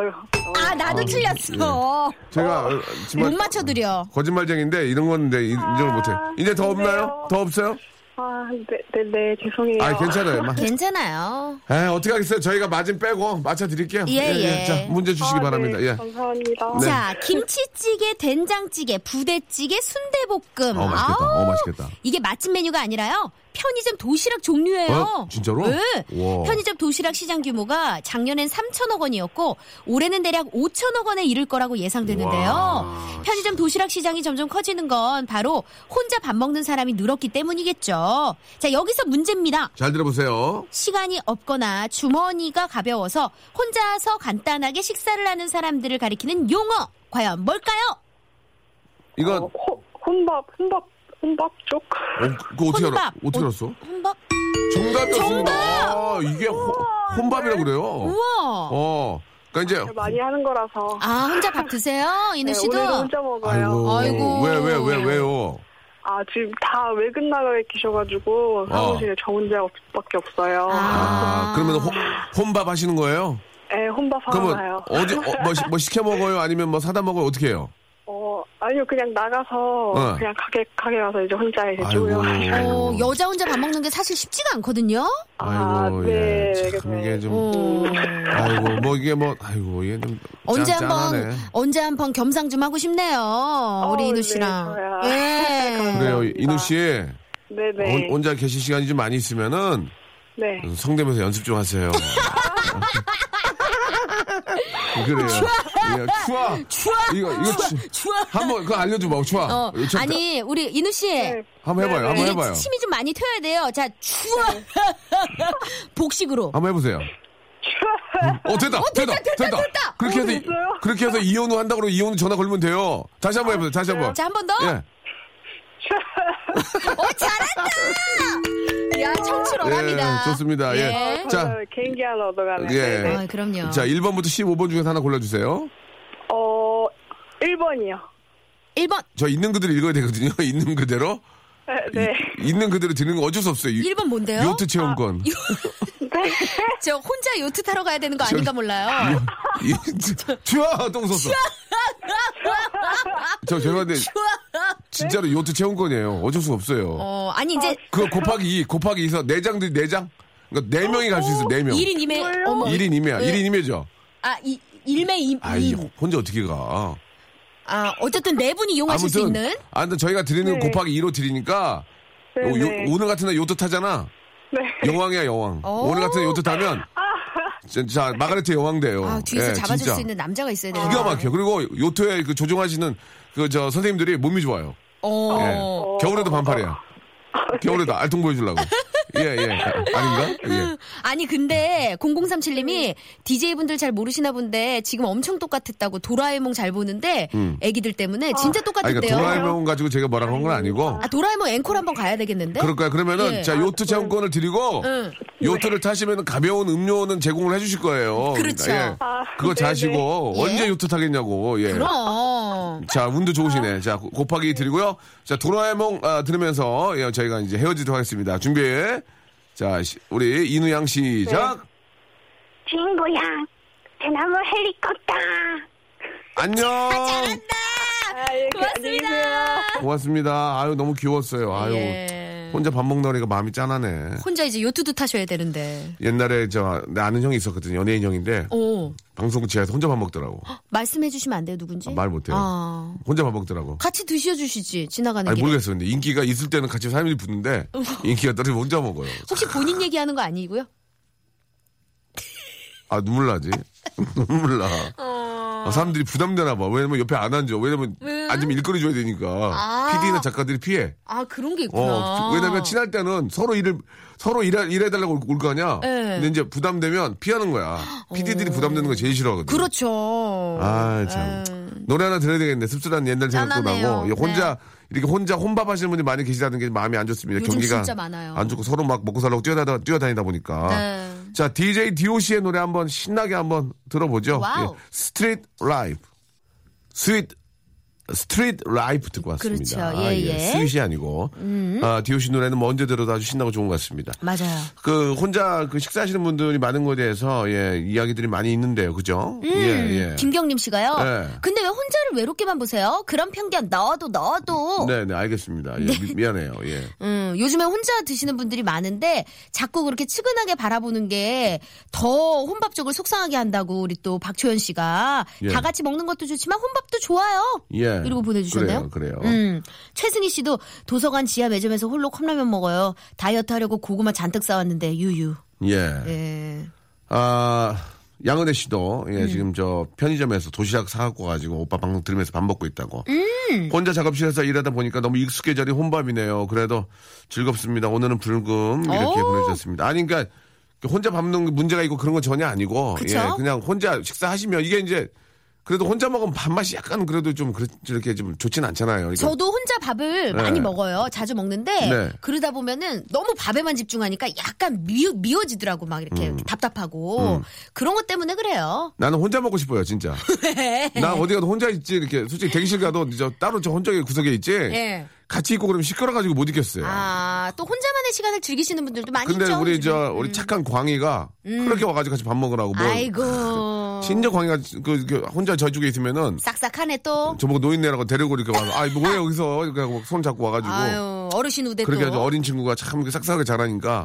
[SPEAKER 4] 아 나도 틀렸어.
[SPEAKER 1] 제가 어, 정말
[SPEAKER 4] 못 맞춰드려. 아,
[SPEAKER 1] 거짓말쟁인데 이런 건데 인정을 못해. 이제 더 없나요?
[SPEAKER 7] 그래요.
[SPEAKER 1] 더 없어요?
[SPEAKER 7] 아, 네, 네, 네, 죄송해요.
[SPEAKER 1] 아 괜찮아요.
[SPEAKER 4] 네.
[SPEAKER 1] 마-
[SPEAKER 4] 괜찮아요.
[SPEAKER 1] 에 어떻게 하겠어요? 저희가 마진 빼고 맞춰 드릴게요.
[SPEAKER 4] 예, 예.
[SPEAKER 1] 자 문제 주시기
[SPEAKER 7] 아,
[SPEAKER 1] 바랍니다.
[SPEAKER 7] 네,
[SPEAKER 1] 예.
[SPEAKER 7] 감사합니다.
[SPEAKER 4] 자 김치찌개, 된장찌개, 부대찌개, 순대볶음.
[SPEAKER 1] 어 맛있겠다.
[SPEAKER 4] 아우,
[SPEAKER 1] 어 맛있겠다.
[SPEAKER 4] 이게 맛집 메뉴가 아니라요. 편의점 도시락 종류예요.
[SPEAKER 1] 어? 진짜로?
[SPEAKER 4] 네.
[SPEAKER 1] 우와.
[SPEAKER 4] 편의점 도시락 시장 규모가 작년엔 3천억 원이었고 올해는 대략 5천억 원에 이를 거라고 예상되는데요.
[SPEAKER 1] 와,
[SPEAKER 4] 편의점 도시락 시장이 점점 커지는 건 바로 혼자 밥 먹는 사람이 늘었기 때문이겠죠. 자 여기서 문제입니다.
[SPEAKER 1] 잘 들어보세요.
[SPEAKER 4] 시간이 없거나 주머니가 가벼워서 혼자서 간단하게 식사를 하는 사람들을 가리키는 용어 과연 뭘까요?
[SPEAKER 1] 이거
[SPEAKER 7] 어, 호- 혼밥, 혼밥, 혼밥 쪽.
[SPEAKER 1] 어, 그거 어떻게 알아?
[SPEAKER 4] 혼밥.
[SPEAKER 1] 어떻게 알았어?
[SPEAKER 4] 혼밥?
[SPEAKER 1] 정답이었습니다. 아, 이게 호- 혼밥이라 고 그래요.
[SPEAKER 4] 우와.
[SPEAKER 1] 어. 그러니까 이제
[SPEAKER 7] 많이 하는 거라서.
[SPEAKER 4] 아 혼자 밥 드세요 이누
[SPEAKER 7] 네,
[SPEAKER 4] 씨도.
[SPEAKER 7] 오늘은 혼자 먹어요.
[SPEAKER 4] 아이고.
[SPEAKER 1] 왜 왜 왜 왜, 요
[SPEAKER 7] 아, 지금 다 외근 나가 계셔가지고 사무실에 저 혼자밖에 없어요.
[SPEAKER 1] 아, 그러면 호- 혼밥 하시는 거예요?
[SPEAKER 7] 네, 혼밥 하러
[SPEAKER 1] 그러면
[SPEAKER 7] 가요.
[SPEAKER 1] 어디 어, 뭐, 시- 뭐 시켜 먹어요? 아니면 뭐 사다 먹어요? 어떻게 해요?
[SPEAKER 7] 어, 아니요, 그냥 나가서
[SPEAKER 1] 어.
[SPEAKER 7] 그냥 가게 가게 가서 이제 혼자 이제
[SPEAKER 1] 아이고.
[SPEAKER 7] 네, 조용.
[SPEAKER 1] 네.
[SPEAKER 4] 어, 여자 혼자 밥 먹는 게 사실 쉽지가 않거든요.
[SPEAKER 7] 아,
[SPEAKER 1] 아이고
[SPEAKER 7] 네,
[SPEAKER 1] 예. 참
[SPEAKER 7] 네.
[SPEAKER 1] 이게 좀
[SPEAKER 4] 어.
[SPEAKER 1] 아이고 뭐 이게 뭐 아이고 이게 좀
[SPEAKER 4] 언제
[SPEAKER 1] 짠-
[SPEAKER 4] 한번
[SPEAKER 1] 짠하네.
[SPEAKER 4] 언제 한번 겸상 좀 하고 싶네요. 우리 이누
[SPEAKER 7] 네,
[SPEAKER 4] 씨랑.
[SPEAKER 7] 저야.
[SPEAKER 4] 예.
[SPEAKER 1] 그래요
[SPEAKER 7] [LAUGHS] 감사합니다.
[SPEAKER 1] 인우 씨
[SPEAKER 7] [LAUGHS] 네,
[SPEAKER 1] 혼-
[SPEAKER 7] 네.
[SPEAKER 1] 혼자 계실 시간이 좀 많이 있으면은
[SPEAKER 7] 네.
[SPEAKER 1] 성대면서 연습 좀 하세요.
[SPEAKER 4] [LAUGHS]
[SPEAKER 1] 그래요. 예, 추아.
[SPEAKER 4] 추아.
[SPEAKER 1] 이거 이거 추-
[SPEAKER 4] 추아.
[SPEAKER 1] 한번 그거 알려줘봐 추아.
[SPEAKER 4] 어,
[SPEAKER 1] 저-
[SPEAKER 4] 아니 네. 우리 이누 씨.
[SPEAKER 7] 네,
[SPEAKER 1] 한번 해봐요. 한번 해봐요.
[SPEAKER 4] 이게 침이 좀 많이 튀어야 돼요. 자, 추워.
[SPEAKER 7] 네.
[SPEAKER 4] [LAUGHS] 복식으로.
[SPEAKER 1] 한번 해보세요. 어 됐다, 됐다, 됐다,
[SPEAKER 4] 됐다.
[SPEAKER 1] 그렇게 해서 그렇게 해서 이혼우 한다고 그러고 이혼우 전화 걸면 돼요. 다시 한번 해보세요. 다시 한번.
[SPEAKER 4] 자, 한 번 더.
[SPEAKER 1] 예.
[SPEAKER 4] 어, 잘한다. 야, 청출어랍니다.
[SPEAKER 1] 예, 좋습니다. 예. 자,
[SPEAKER 7] 저는 개인기 하나 얻어가네.
[SPEAKER 1] 예.
[SPEAKER 4] 아, 그럼요.
[SPEAKER 1] 자, 1번부터 15번 중에서 하나 골라주세요.
[SPEAKER 7] 어, 1번이요.
[SPEAKER 4] 1번.
[SPEAKER 1] 저 있는 그대로 읽어야 되거든요. [LAUGHS] 있는 그대로.
[SPEAKER 7] 네.
[SPEAKER 1] 이- 있는 그대로 드는 건 어쩔 수 없어요. 유-
[SPEAKER 4] 1번 뭔데요? 아,
[SPEAKER 1] 요트 체험권.
[SPEAKER 4] 저 혼자 요트 타러 가야 되는 거 아닌가 몰라요.
[SPEAKER 1] 추아 똥 썼어. 저 죄송한데 진짜로 요트 체험권이에요. 어쩔 수 없어요.
[SPEAKER 4] [LAUGHS] 어, 아니 이제
[SPEAKER 1] 그거 곱하기 2, 곱하기 2서 4장들 4장? 그러니까 4명이 갈 수 있어. 4명.
[SPEAKER 4] 1인 2매. 어머.
[SPEAKER 1] 1인 2매야.
[SPEAKER 4] 네. 음.
[SPEAKER 1] 1인 2매죠.
[SPEAKER 4] 아, 이, 1매 2,
[SPEAKER 1] 아, 이 혼자 어떻게 가?
[SPEAKER 4] 아, 어쨌든 네 분이 이용하실 수
[SPEAKER 1] 아무튼
[SPEAKER 4] 있는
[SPEAKER 1] 아무튼 저희가 드리는 거 곱하기 2로 드리니까
[SPEAKER 7] 네,
[SPEAKER 1] 요- 요-
[SPEAKER 7] 네.
[SPEAKER 1] 오늘 같은 날 요트 타잖아.
[SPEAKER 7] 네. 아.
[SPEAKER 1] 영왕이야, 영왕.
[SPEAKER 4] 오.
[SPEAKER 1] 오늘 같은 날 요트 타면 자, 자, 마가레트 여왕대요.
[SPEAKER 4] 아, 뒤에서
[SPEAKER 1] 예,
[SPEAKER 4] 잡아줄
[SPEAKER 1] 진짜.
[SPEAKER 4] 수 있는 남자가 있어야 되는데.
[SPEAKER 1] 기가 막혀. 그리고 요트에 그 조종하시는 그 저 선생님들이 몸이 좋아요.
[SPEAKER 4] 어.
[SPEAKER 1] 예. 겨울에도 반팔이야. 겨울에도 알통 보여주려고. 예, 예. 아, 아닌가?
[SPEAKER 4] 음.
[SPEAKER 1] 예.
[SPEAKER 4] [LAUGHS] 아니 근데 0037님이 DJ분들 잘 모르시나 본데 지금 엄청 똑같았다고 도라에몽 잘 보는데 애기들 때문에 진짜
[SPEAKER 1] 음. 아니, 그러니까
[SPEAKER 4] 똑같았대요.
[SPEAKER 1] 도라에몽 가지고 제가 뭐라고 한 건 아니고.
[SPEAKER 4] 아, 도라에몽 앵콜 한번 가야 되겠는데?
[SPEAKER 1] 그럴까요? 그러면은
[SPEAKER 4] 예. 음.
[SPEAKER 1] 자 요트 체험권을 드리고
[SPEAKER 4] 응.
[SPEAKER 1] 요트를 타시면 가벼운 음료는 제공을 해주실 거예요.
[SPEAKER 4] 그렇죠.
[SPEAKER 1] 예.
[SPEAKER 7] 아,
[SPEAKER 1] 그거
[SPEAKER 7] 네네.
[SPEAKER 1] 자시고
[SPEAKER 4] 예. 그렇죠.
[SPEAKER 1] 언제 요트 타겠냐고. 예.
[SPEAKER 4] 그럼.
[SPEAKER 1] 자 운도 좋으시네. 자 고- 곱하기 드리고요. 자 도라에몽 아, 들으면서 예, 저희가 이제 헤어지도록 하겠습니다. 준비. 자 시- 우리 이누양 시작.
[SPEAKER 6] 친구야, 대나무 헬리콥터.
[SPEAKER 1] 안녕.
[SPEAKER 7] 아, 예, 그- 안녕히 계세요.
[SPEAKER 1] 고맙습니다. 아유 너무 귀여웠어요. 아유
[SPEAKER 4] 예.
[SPEAKER 1] 혼자 밥 먹느라니까 마음이 짠하네.
[SPEAKER 4] 혼자 이제 요트도 타셔야 되는데.
[SPEAKER 1] 옛날에 저 내 아는 형이 있었거든요. 연예인 형인데
[SPEAKER 4] 오.
[SPEAKER 1] 방송 지하에서 혼자 밥 먹더라고.
[SPEAKER 4] 어. 말씀해 주시면 안 돼요, 누군지?
[SPEAKER 1] 아, 말 못해요.
[SPEAKER 4] 아.
[SPEAKER 1] 혼자 밥 먹더라고.
[SPEAKER 4] 같이 드셔 주시지. 지나가는
[SPEAKER 1] 아니
[SPEAKER 4] 길에.
[SPEAKER 1] 모르겠어요. 근데 인기가 있을 때는 같이 사람이 붙는데 인기가 떨어지면 혼자 먹어요.
[SPEAKER 4] 혹시 본인 얘기하는 거 아니고요?
[SPEAKER 1] 아 눈물 나지. [LAUGHS] 눈물 나. 아, 사람들이 부담되나 봐. 왜냐면 옆에 안 앉아. 왜냐면
[SPEAKER 4] 어. 왜?
[SPEAKER 1] 앉으면 일거리 줘야 되니까.
[SPEAKER 4] 아.
[SPEAKER 1] 피 PD나 작가들이 피해.
[SPEAKER 4] 아, 그런 게 있구나.
[SPEAKER 1] 어, 왜냐면 친할 때는 서로 일을 서로 일해, 일해달라고 올 거 아니야.
[SPEAKER 4] 네. 어.
[SPEAKER 1] 근데 이제 부담되면 피하는 거야. PD들이 부담되는 거 제일 싫어하거든.
[SPEAKER 4] 그렇죠.
[SPEAKER 1] 아, 참.
[SPEAKER 4] 음.
[SPEAKER 1] 노래 하나 들어야 되겠네. 씁쓸한 옛날 생각도
[SPEAKER 4] 짠하네요.
[SPEAKER 1] 나고. 이게 혼자, 이렇게 혼자 혼밥 하시는 분이 많이 계시다는 게 마음이 안 좋습니다.
[SPEAKER 4] 요즘
[SPEAKER 1] 경기가.
[SPEAKER 4] 진짜 많아요.
[SPEAKER 1] 안 좋고 서로 막 먹고 살라고 뛰어다니다, 뛰어다니다 보니까.
[SPEAKER 4] 네.
[SPEAKER 1] 자, DJ DOC의 노래 한번 신나게 한번 들어보죠. 예.
[SPEAKER 4] 와우.
[SPEAKER 1] 스트릿 라이프. 스윗. 스트릿 라이프 듣고 왔습니다.
[SPEAKER 4] 그렇죠. 예, 예. 음.
[SPEAKER 1] 스윗이 아니고. 아, DOC 노래는 뭐 언제 들어도 아주 신나고 좋은 것 같습니다.
[SPEAKER 4] 맞아요.
[SPEAKER 1] 그 혼자 그 식사하시는 분들이 많은 거에 대해서 예, 이야기들이 많이 있는데요. 그죠? 예, 예.
[SPEAKER 4] 음. 김경림 씨가요.
[SPEAKER 1] 예.
[SPEAKER 4] 근데 왜 혼자를 외롭게만 보세요? 그런 편견 넣어도 넣어도.
[SPEAKER 1] 네, 네, 알겠습니다. 예, 미, 미안해요. 예.
[SPEAKER 4] 음, 요즘에 혼자 드시는 분들이 많은데 자꾸 그렇게 측은하게 바라보는 게 더 혼밥 쪽을 속상하게 한다고 우리 또 박초연 씨가
[SPEAKER 1] 예.
[SPEAKER 4] 다 같이 먹는 것도 좋지만 혼밥도 좋아요.
[SPEAKER 1] 예.
[SPEAKER 4] 이러고 보내주셨네요.
[SPEAKER 1] 그래요, 그래요.
[SPEAKER 4] 음, 최승희 씨도 도서관 지하 매점에서 홀로 컵라면 먹어요. 다이어트 하려고 고구마 잔뜩 싸왔는데 유유.
[SPEAKER 1] 예.
[SPEAKER 4] 예.
[SPEAKER 1] 아, 양은혜 씨도
[SPEAKER 4] 음.
[SPEAKER 1] 예, 지금 저 편의점에서 도시락 사갖고 가지고 오빠 방송 들으면서 밥 먹고 있다고.
[SPEAKER 4] 음.
[SPEAKER 1] 혼자 작업실에서 일하다 보니까 너무 익숙해져니 혼밥이네요. 그래도 즐겁습니다. 오늘은 불금 이렇게
[SPEAKER 4] 오.
[SPEAKER 1] 보내주셨습니다. 아니, 그러니까 혼자 밥 먹는 게 문제가 있고 그런 건 전혀 아니고.
[SPEAKER 4] 그쵸?
[SPEAKER 1] 예, 그냥 혼자 식사하시면 이게 이제 그래도 혼자 먹으면 밥맛이 약간 그래도 좀 그렇- 이렇게 좀 좋진 않잖아요. 그러니까
[SPEAKER 4] 저도 혼자 밥을
[SPEAKER 1] 네.
[SPEAKER 4] 많이 먹어요. 자주 먹는데
[SPEAKER 1] 네.
[SPEAKER 4] 그러다 보면은 너무 밥에만 집중하니까 약간 미, 미워지더라고 막
[SPEAKER 1] 음.
[SPEAKER 4] 이렇게 답답하고 그런 것 때문에 그래요.
[SPEAKER 1] 나는 혼자 먹고 싶어요,
[SPEAKER 4] [LAUGHS]
[SPEAKER 1] 진짜. 나 어디 가도 혼자 있지, 이렇게. 솔직히 대기실 가도 저 따로 저 혼자 구석에 있지.
[SPEAKER 4] 예.
[SPEAKER 1] 같이 있고 그러면 시끄러가지고 못 있겠어요.
[SPEAKER 4] 아또 혼자만의 시간을 즐기시는 분들도 많이 음.
[SPEAKER 1] 근데
[SPEAKER 4] 있죠.
[SPEAKER 1] 우리
[SPEAKER 4] 요즘에.
[SPEAKER 1] 저, 우리 착한 광희가
[SPEAKER 4] 음.
[SPEAKER 1] 그렇게 와가지고 같이 밥 먹으라고. 뭐. [LAUGHS]
[SPEAKER 4] 아이고
[SPEAKER 1] 진짜 광희가 그, 그 혼자 저쪽에 있으면은
[SPEAKER 4] 싹싹하네 또.
[SPEAKER 1] 저보고 노인네라고 데리고 이렇게 와서 아, 뭐왜 여기서? 그러니까 막손 잡고 와가지고.
[SPEAKER 4] 아유 어르신 우대
[SPEAKER 1] 그렇게 아주
[SPEAKER 4] 또.
[SPEAKER 1] 어린 친구가 참 이렇게 싹싹하게 자라니까.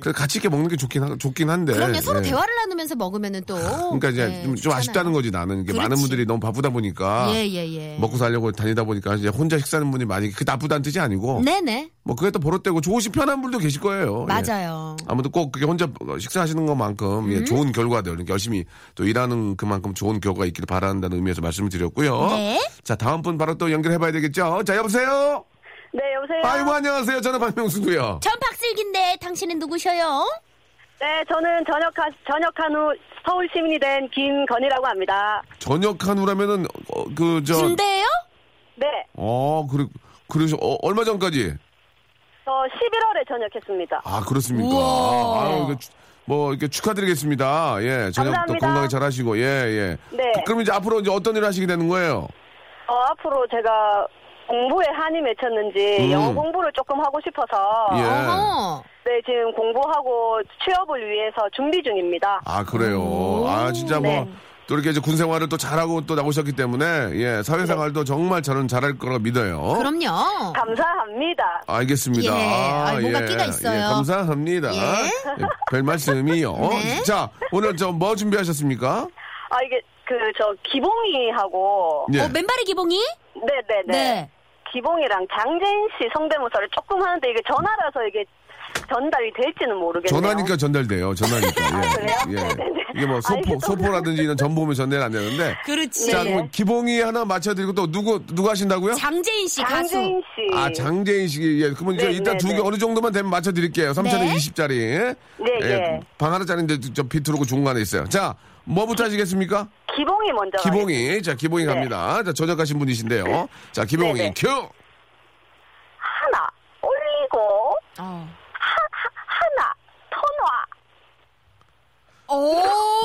[SPEAKER 1] 그래 같이 이렇게 먹는 게 좋긴, 하- 좋긴 한데.
[SPEAKER 4] 음. 그럼요 서로
[SPEAKER 1] 예.
[SPEAKER 4] 대화를 나누면서 먹으면은 또.
[SPEAKER 1] 그러니까 이제
[SPEAKER 4] 예,
[SPEAKER 1] 좀, 좀
[SPEAKER 4] 좋잖아요.
[SPEAKER 1] 아쉽다는 거지 나는 이게 많은
[SPEAKER 4] 그렇지.
[SPEAKER 1] 분들이 너무 바쁘다 보니까
[SPEAKER 4] 예, 예, 예.
[SPEAKER 1] 먹고 살려고 다니다 보니까 이제 혼자 식사하는 분이 많이 그 나쁘다는 뜻이 아니고
[SPEAKER 4] 네네
[SPEAKER 1] 뭐 그게 또 버릇되고 좋으신 편한 분도 계실 거예요. 예.
[SPEAKER 4] 맞아요.
[SPEAKER 1] 아무튼 꼭 그게 혼자 식사하시는 것만큼
[SPEAKER 7] 음.
[SPEAKER 1] 예, 좋은 결과들 그러니까 열심히 또 일하는 그만큼 좋은 결과가 있기를 바란다는 의미에서 말씀을 드렸고요.
[SPEAKER 4] 네.
[SPEAKER 1] 자 다음 분 바로 또 연결해봐야 되겠죠. 자 여보세요.
[SPEAKER 7] 네, 여보세요?
[SPEAKER 1] 아이고 안녕하세요. 저는 박명수고요.
[SPEAKER 4] 전 박슬기인데 당신은 누구셔요?
[SPEAKER 7] 네, 저는 전역하, 전역한 후 서울 시민이 된 김건희라고 합니다.
[SPEAKER 1] 저녁 한 후라면은 어, 그저
[SPEAKER 4] 김대요?
[SPEAKER 7] 네,
[SPEAKER 1] 어 그래 그래서 어, 얼마 전까지
[SPEAKER 7] 저 11월에 어, 전역했습니다.
[SPEAKER 1] 아 그렇습니까?
[SPEAKER 4] 우와.
[SPEAKER 1] 아유, 이거 추- 뭐 이렇게 축하드리겠습니다. 예, 저녁 또
[SPEAKER 7] 감사합니다.
[SPEAKER 1] 건강히 잘하시고 예, 예.
[SPEAKER 7] 네.
[SPEAKER 1] 그- 그럼 이제 앞으로 이제 어떤 일을 하시게 되는 거예요?
[SPEAKER 7] 어, 앞으로 제가 공부에 한이 맺혔는지
[SPEAKER 1] 음.
[SPEAKER 7] 영어 공부를 조금 하고 싶어서
[SPEAKER 1] 예.
[SPEAKER 4] 어허.
[SPEAKER 7] 네, 지금 공부하고 취업을 위해서 준비 중입니다.
[SPEAKER 1] 아 그래요.
[SPEAKER 4] 음,
[SPEAKER 1] 아 진짜 뭐.
[SPEAKER 7] 네.
[SPEAKER 1] 또 이렇게 이제 군 생활을 또 잘하고 또 나오셨기 때문에 예 사회생활도 정말 저는 잘할 거라 믿어요.
[SPEAKER 4] 그럼요.
[SPEAKER 7] 감사합니다.
[SPEAKER 1] 알겠습니다.
[SPEAKER 4] 예. 아이, 뭔가 끼가 있어요.
[SPEAKER 1] 예, 감사합니다.
[SPEAKER 4] 예.
[SPEAKER 1] 예, 별 말씀이요.
[SPEAKER 4] [LAUGHS] 네.
[SPEAKER 1] 자 오늘 저 뭐 준비하셨습니까?
[SPEAKER 7] 아, 이게 그 저 기봉이하고
[SPEAKER 1] 예.
[SPEAKER 4] 어, 맨발의 기봉이?
[SPEAKER 7] 네, 네, 네. 기봉이랑 장재인 씨 성대모사를 조금 하는데 이게 전화라서 이게 전달이 될지는 모르겠네요.
[SPEAKER 1] 전화니까 전달돼요. 전화니까. 예.
[SPEAKER 4] 아,
[SPEAKER 7] 그래요?
[SPEAKER 1] 예.
[SPEAKER 7] 네, 네.
[SPEAKER 1] 이게 뭐 소포, 소포라든지 이런 전보면 전내는 안 되는데.
[SPEAKER 4] 그렇지.
[SPEAKER 1] 자, 그럼 기봉이 하나 맞춰드리고 또 누구, 누구 하신다고요?
[SPEAKER 4] 장재인 씨 가수.
[SPEAKER 6] 장재인 씨.
[SPEAKER 1] 아, 장재인 씨. 예, 그러면 이제
[SPEAKER 6] 음. 네,
[SPEAKER 1] 일단
[SPEAKER 6] 네,
[SPEAKER 1] 두 개
[SPEAKER 6] 네.
[SPEAKER 1] 어느 정도만 되면 맞춰드릴게요. 3천원
[SPEAKER 4] 네.
[SPEAKER 1] 20짜리.
[SPEAKER 6] 네, 예.
[SPEAKER 1] 방 하나짜리인데 저 비트로고 중간에 있어요. 자, 뭐부터 하시겠습니까?
[SPEAKER 6] 기봉이 먼저. 가겠습니다.
[SPEAKER 1] 기봉이. 자, 기봉이 갑니다. 자, 저작하신 분이신데요. 자, 기봉이
[SPEAKER 6] 네, 네.
[SPEAKER 1] 큐!
[SPEAKER 6] 하나 올리고
[SPEAKER 4] 어.
[SPEAKER 6] 하나 터놔.
[SPEAKER 4] 오.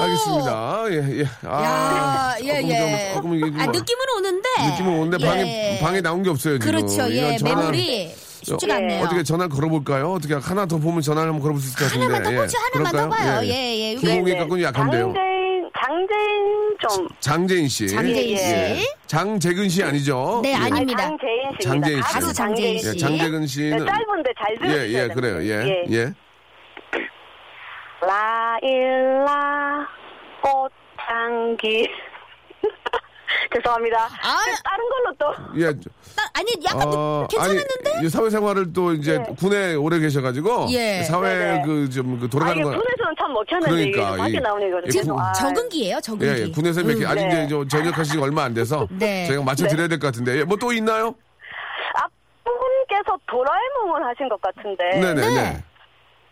[SPEAKER 1] 알겠습니다. 예, 예. 아,
[SPEAKER 4] 야, 예,
[SPEAKER 1] 조금,
[SPEAKER 4] 예.
[SPEAKER 1] 조금, 조금 이게 좀
[SPEAKER 4] 아, 느낌은 오는데.
[SPEAKER 1] 뭐
[SPEAKER 4] 예.
[SPEAKER 1] 느낌은 오는데 방에, 방에 나온 게 없어요, 지금.
[SPEAKER 4] 그렇죠, 예.
[SPEAKER 1] 이건 전화-
[SPEAKER 4] 메모리 쉽지가
[SPEAKER 6] 어,
[SPEAKER 4] 않네요.
[SPEAKER 1] 어떻게 전화를 걸어볼까요? 어떻게 하나 더 보면 전화를 한번 걸어볼 수 있을 것 같은데. 예.
[SPEAKER 4] 하나만 더 보죠. 하나만 더
[SPEAKER 1] 그럴까요?
[SPEAKER 4] 봐요. 예, 예.
[SPEAKER 1] 기봉이
[SPEAKER 6] 네.
[SPEAKER 1] 갖고는 약한데요.
[SPEAKER 6] 장재인 장재인 좀.
[SPEAKER 1] 장재인 씨.
[SPEAKER 4] 장재인 씨.
[SPEAKER 1] 예. 장재근 씨 아니죠?
[SPEAKER 4] 네,
[SPEAKER 1] 예.
[SPEAKER 4] 아닙니다.
[SPEAKER 6] 아, 장재인 씨.
[SPEAKER 1] 장재인 씨.
[SPEAKER 6] 가수
[SPEAKER 4] 장재인
[SPEAKER 6] 장재인
[SPEAKER 1] 예,
[SPEAKER 4] 씨.
[SPEAKER 6] 씨.
[SPEAKER 1] 장재근
[SPEAKER 6] 네,
[SPEAKER 1] 씨는
[SPEAKER 6] 짧은데 잘 들으세요.
[SPEAKER 4] 네,
[SPEAKER 1] 예, 예, 그래요. 예. 예.
[SPEAKER 6] 라일라 꽃향기. [LAUGHS] 죄송합니다.
[SPEAKER 4] 아.
[SPEAKER 6] 다른 걸로 또.
[SPEAKER 1] 예.
[SPEAKER 4] 아, 아니, 약간
[SPEAKER 1] 어,
[SPEAKER 4] 느- 괜찮았는데? 네.
[SPEAKER 1] 아니, 이 사회생활을 또 이제 군에 오래 계셔가지고
[SPEAKER 4] 예.
[SPEAKER 1] 사회
[SPEAKER 6] 네네.
[SPEAKER 1] 그 좀 그
[SPEAKER 6] 아,
[SPEAKER 1] 돌아가는
[SPEAKER 6] 이게
[SPEAKER 1] 거
[SPEAKER 6] 군에서는 참 먹혔는데 이게
[SPEAKER 1] 그러니까,
[SPEAKER 6] 좀
[SPEAKER 1] 이-
[SPEAKER 6] 밖에 나오는
[SPEAKER 1] 이
[SPEAKER 6] 이거는.
[SPEAKER 1] 군-
[SPEAKER 6] 계속, 아,
[SPEAKER 4] 적응기예요, 적응기.
[SPEAKER 1] 예, 예, 군에서 몇 개, 아직 이제
[SPEAKER 6] 네.
[SPEAKER 1] 저 전역하신 지 얼마 안 돼서
[SPEAKER 4] 음, 네.
[SPEAKER 1] 저희가 맞춰드려야 될 것 같은데. 예, 뭐 또 있나요?
[SPEAKER 6] 앞분께서 아, 도라에몽을 하신 것 같은데
[SPEAKER 1] 네네네. 아,
[SPEAKER 4] 네.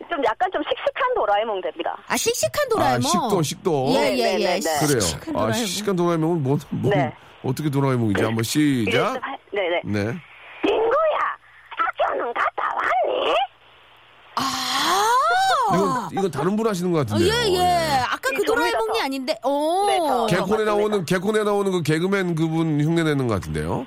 [SPEAKER 6] 좀 약간 좀 씩씩한 도라에몽 됩니다.
[SPEAKER 4] 아, 씩씩한 도라에몽.
[SPEAKER 1] 아, 식도, 식도.
[SPEAKER 4] 예, 예,
[SPEAKER 6] 네,
[SPEAKER 4] 예.
[SPEAKER 6] 네, 네.
[SPEAKER 1] 그래요.
[SPEAKER 4] 씩씩한
[SPEAKER 1] 아,
[SPEAKER 4] 도라에몽.
[SPEAKER 1] 시간 도라에몽은 뭐, 뭐
[SPEAKER 6] 네.
[SPEAKER 1] 어떻게 도라에몽이지? 한번
[SPEAKER 4] 예,
[SPEAKER 1] 시작.
[SPEAKER 6] 네네.
[SPEAKER 1] 네.
[SPEAKER 6] 민구야, 학교는 갔다 왔니?
[SPEAKER 1] 이건, 이건 다른 분 하시는 것
[SPEAKER 4] 어,
[SPEAKER 1] 같은데요.
[SPEAKER 4] 아. 예, 예. 아까 그
[SPEAKER 6] 이 종이라서.
[SPEAKER 4] 도라에몽이 아닌데, 오.
[SPEAKER 6] 네, 저-
[SPEAKER 1] 개콘에
[SPEAKER 6] 맞습니다.
[SPEAKER 1] 나오는 개콘에 나오는 그 개그맨 그분 흉내 내는 것 같은데요.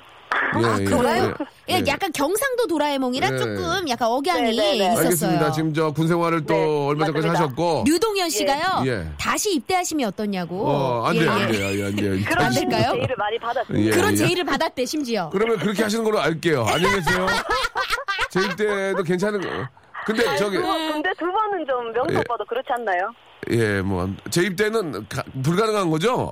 [SPEAKER 1] 예,
[SPEAKER 4] 아,
[SPEAKER 1] 예,
[SPEAKER 4] 그래요?
[SPEAKER 1] 예,
[SPEAKER 4] 예,
[SPEAKER 1] 예.
[SPEAKER 4] 약간 경상도 도라에몽이랑
[SPEAKER 1] 예.
[SPEAKER 4] 조금 약간 억양이
[SPEAKER 6] 네, 네, 네.
[SPEAKER 4] 있었어요.
[SPEAKER 1] 알겠습니다. 지금 저 군생활을 또
[SPEAKER 6] 네,
[SPEAKER 1] 얼마 전까지
[SPEAKER 6] 맞습니다.
[SPEAKER 1] 하셨고,
[SPEAKER 4] 류동현 씨가요.
[SPEAKER 1] 예.
[SPEAKER 4] 다시 입대하시면 어떻냐고.
[SPEAKER 1] 어, 안
[SPEAKER 4] 예,
[SPEAKER 1] 돼요,
[SPEAKER 4] 예.
[SPEAKER 1] 안 돼요, 안 돼요.
[SPEAKER 6] 그런
[SPEAKER 4] 안 될까요?
[SPEAKER 6] 제의를 많이
[SPEAKER 1] 예,
[SPEAKER 6] 받았습니다.
[SPEAKER 4] 그런
[SPEAKER 1] 예. 그렇죠.
[SPEAKER 4] 제의를 받았대 심지어.
[SPEAKER 1] 그러면 그렇게 하시는 걸로 알게요. 안녕히 계세요. 저희 때도 괜찮은 거. 근데 저기
[SPEAKER 6] 두 번, 아, 근데 두 번은 좀 명석
[SPEAKER 1] 예.
[SPEAKER 6] 봐도 그렇지 않나요?
[SPEAKER 1] 예, 뭐 재입 때는 가- 불가능한 거죠?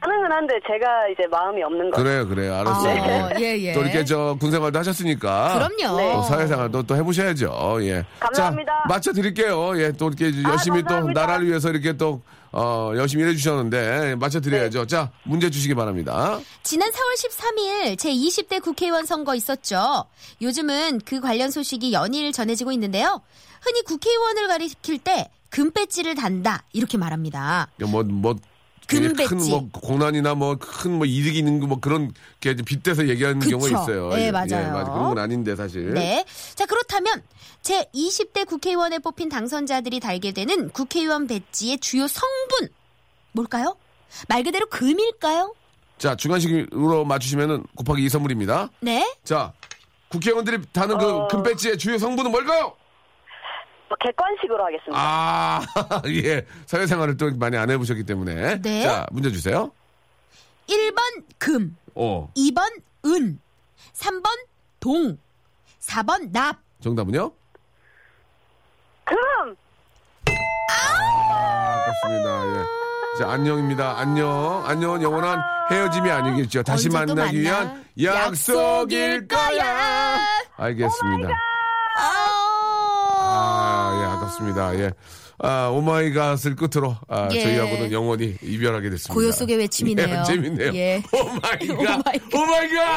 [SPEAKER 6] 가능은 한데 제가 이제 마음이 없는 거예요.
[SPEAKER 1] 그래요, 그래요. 알았어요.
[SPEAKER 4] 아, 예, 예.
[SPEAKER 1] 또 이렇게 저 군생활도 하셨으니까.
[SPEAKER 4] 그럼요.
[SPEAKER 6] 네.
[SPEAKER 1] 또 어, 사회생활도 또 해보셔야죠. 예.
[SPEAKER 6] 감사합니다. 아,
[SPEAKER 1] 자, 맞춰드릴게요. 예, 또 이렇게 열심히 또
[SPEAKER 6] 감사합니다.
[SPEAKER 1] 나라를 위해서 이렇게 또, 어, 열심히 일해주셨는데, 예, 맞춰드려야죠.
[SPEAKER 6] 네.
[SPEAKER 1] 자, 문제 주시기 바랍니다.
[SPEAKER 4] 지난 4월 13일 제20대 국회의원 선거 있었죠. 요즘은 그 관련 소식이 연일 전해지고 있는데요. 흔히 국회의원을 가리킬 때 금배지를 단다 이렇게 말합니다.
[SPEAKER 1] 뭐, 뭐,
[SPEAKER 4] 금배지.
[SPEAKER 1] 큰 뭐 공난이나 뭐 큰 뭐 이득이 있는 거 뭐 그런 게 이제 빗대서 얘기하는
[SPEAKER 4] 그쵸.
[SPEAKER 1] 경우가
[SPEAKER 6] 네,
[SPEAKER 1] 있어요.
[SPEAKER 4] 예,
[SPEAKER 1] 예,
[SPEAKER 4] 맞아요.
[SPEAKER 1] 맞아. 그런 건 아닌데 사실.
[SPEAKER 4] 네. 자, 그렇다면 제20대 국회의원에 뽑힌 당선자들이 달게 되는 국회의원 배지의 주요 성분 뭘까요? 말 그대로 금일까요?
[SPEAKER 1] 자 주관식으로 맞추시면은 곱하기 2 선물입니다.
[SPEAKER 4] 네.
[SPEAKER 1] 자 국회의원들이 다는
[SPEAKER 6] 어.
[SPEAKER 1] 그 금배지의 주요 성분은 뭘까요?
[SPEAKER 6] 뭐 객관식으로 하겠습니다.
[SPEAKER 1] 아, [LAUGHS] 예. 사회생활을 또 많이 안 해보셨기 때문에.
[SPEAKER 4] 네.
[SPEAKER 1] 자, 문제 주세요.
[SPEAKER 4] 1번 금,
[SPEAKER 1] 어.
[SPEAKER 4] 2번 은, 3번 동, 4번 납.
[SPEAKER 1] 정답은요?
[SPEAKER 6] 그럼
[SPEAKER 1] 아, 아깝습니다. 예. 자, 안녕입니다. 안녕. 안녕은 영원한 헤어짐이 아니겠죠. 다시
[SPEAKER 4] 언제 또
[SPEAKER 1] 만나기
[SPEAKER 4] 만나?
[SPEAKER 1] 위한 약속일 거야. 알겠습니다. 아, 예, 아깝습니다. 예. 아, 오마이갓을 끝으로 아,
[SPEAKER 4] 예.
[SPEAKER 1] 저희하고는 영원히 이별하게 됐습니다.
[SPEAKER 4] 고요 속의 외침이네요.
[SPEAKER 1] 예, 재밌네요.
[SPEAKER 4] 예. [LAUGHS]
[SPEAKER 1] 오마이갓.
[SPEAKER 4] 오마이갓.
[SPEAKER 1] 오마이갓.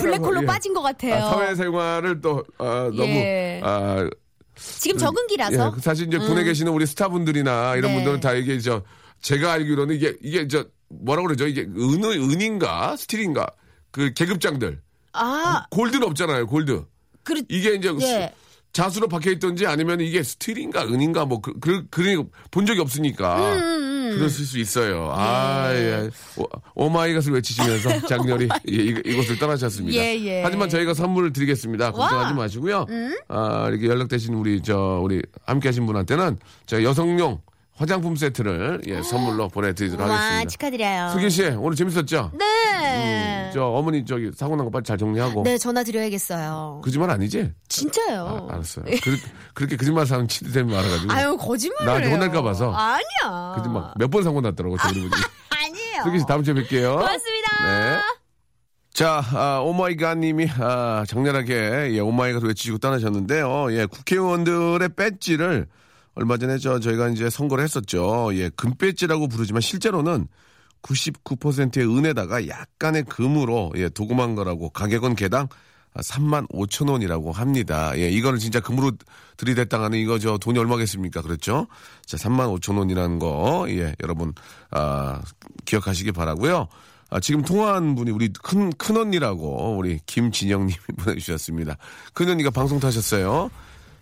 [SPEAKER 4] 블랙홀로
[SPEAKER 1] 예.
[SPEAKER 4] 빠진 것 같아요.
[SPEAKER 1] 아, 사회생활을 또 아, 너무
[SPEAKER 4] 예.
[SPEAKER 1] 아,
[SPEAKER 4] 지금 적응기라서. 음.
[SPEAKER 1] 예, 사실 이제 군에 계시는 우리 스타분들이나 이런
[SPEAKER 4] 네.
[SPEAKER 1] 분들은 다 이게 저 제가 알기로는 이게 이게 저 뭐라고 그러죠 이게 은 은인가 스틸인가 그 계급장들
[SPEAKER 4] 아,
[SPEAKER 1] 골드는 없잖아요 골드
[SPEAKER 4] 그렇.
[SPEAKER 1] 이게 이제
[SPEAKER 4] 예.
[SPEAKER 1] 자수로 박혀 있던지 아니면 이게 스틸인가 은인가 뭐그그본 적이 없으니까
[SPEAKER 4] 음,
[SPEAKER 1] 그랬을 수 있어요 아 예. 오, 마이갓을
[SPEAKER 4] [LAUGHS]
[SPEAKER 1] 외치시면서 장렬히 예, 이, 이곳을 떠나셨습니다
[SPEAKER 4] 예, 음? 예.
[SPEAKER 1] 하지만 저희가 선물을 드리겠습니다 걱정하지 마시고요 아 이렇게 연락되신 우리 저 우리 함께하신 분한테는 제가 여성용 화장품 세트를 예, 선물로 보내드리도록
[SPEAKER 4] 아! 와,
[SPEAKER 1] 하겠습니다
[SPEAKER 4] 축하드려요.
[SPEAKER 1] 수기 씨 오늘 재밌었죠
[SPEAKER 4] 네.
[SPEAKER 1] 저 어머니 저기 사고 난 거 빨리 잘 정리하고
[SPEAKER 4] 네, 전화 드려야겠어요.
[SPEAKER 1] 거짓말 아니지?
[SPEAKER 4] 진짜요.
[SPEAKER 1] 그, 아, 알았어요. 그, 렇게 거짓말 사는 치대됨 많아가지고.
[SPEAKER 4] 아유, 거짓말을.
[SPEAKER 1] 나한테
[SPEAKER 4] 해요.
[SPEAKER 1] 혼날까 봐서.
[SPEAKER 4] 아니야.
[SPEAKER 1] 거짓말 몇번 사고 났더라고, 저희 분이.
[SPEAKER 4] 아니에요.
[SPEAKER 1] 슬기 씨 다음 주에 뵐게요.
[SPEAKER 4] 고맙습니다.
[SPEAKER 1] 네. 자, 아, 오마이갓님이 아, 장렬하게 예, 오마이갓 외치시고 떠나셨는데요. 예, 국회의원들의 배지를 얼마 전에 저 저희가 이제 선거를 했었죠. 예, 금배지라고 부르지만 실제로는 99%의 은에다가 약간의 금으로 예, 도금한 거라고 가격은 개당 3만 5천 원이라고 합니다. 예, 이거를 진짜 금으로 들이댔다가는 이거 저 돈이 얼마겠습니까? 그렇죠? 자, 3만 5천 원이라는 거, 예, 여러분, 아, 기억하시기 바라고요 아, 지금 통화한 분이 우리 큰, 큰 언니라고 우리 김진영님이 [LAUGHS] 보내주셨습니다. 큰 언니가 방송 타셨어요.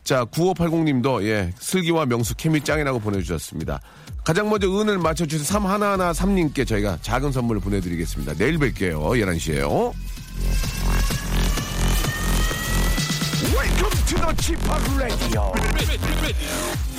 [SPEAKER 1] 자, 9580님도 예, 슬기와 명수 케미 짱이라고 보내주셨습니다. 가장 먼저 은을 맞춰주신 3113님께 저희가 작은 선물 보내드리겠습니다. 내일 뵐게요. 11시에요.
[SPEAKER 3] Welcome to the Chipak Radio.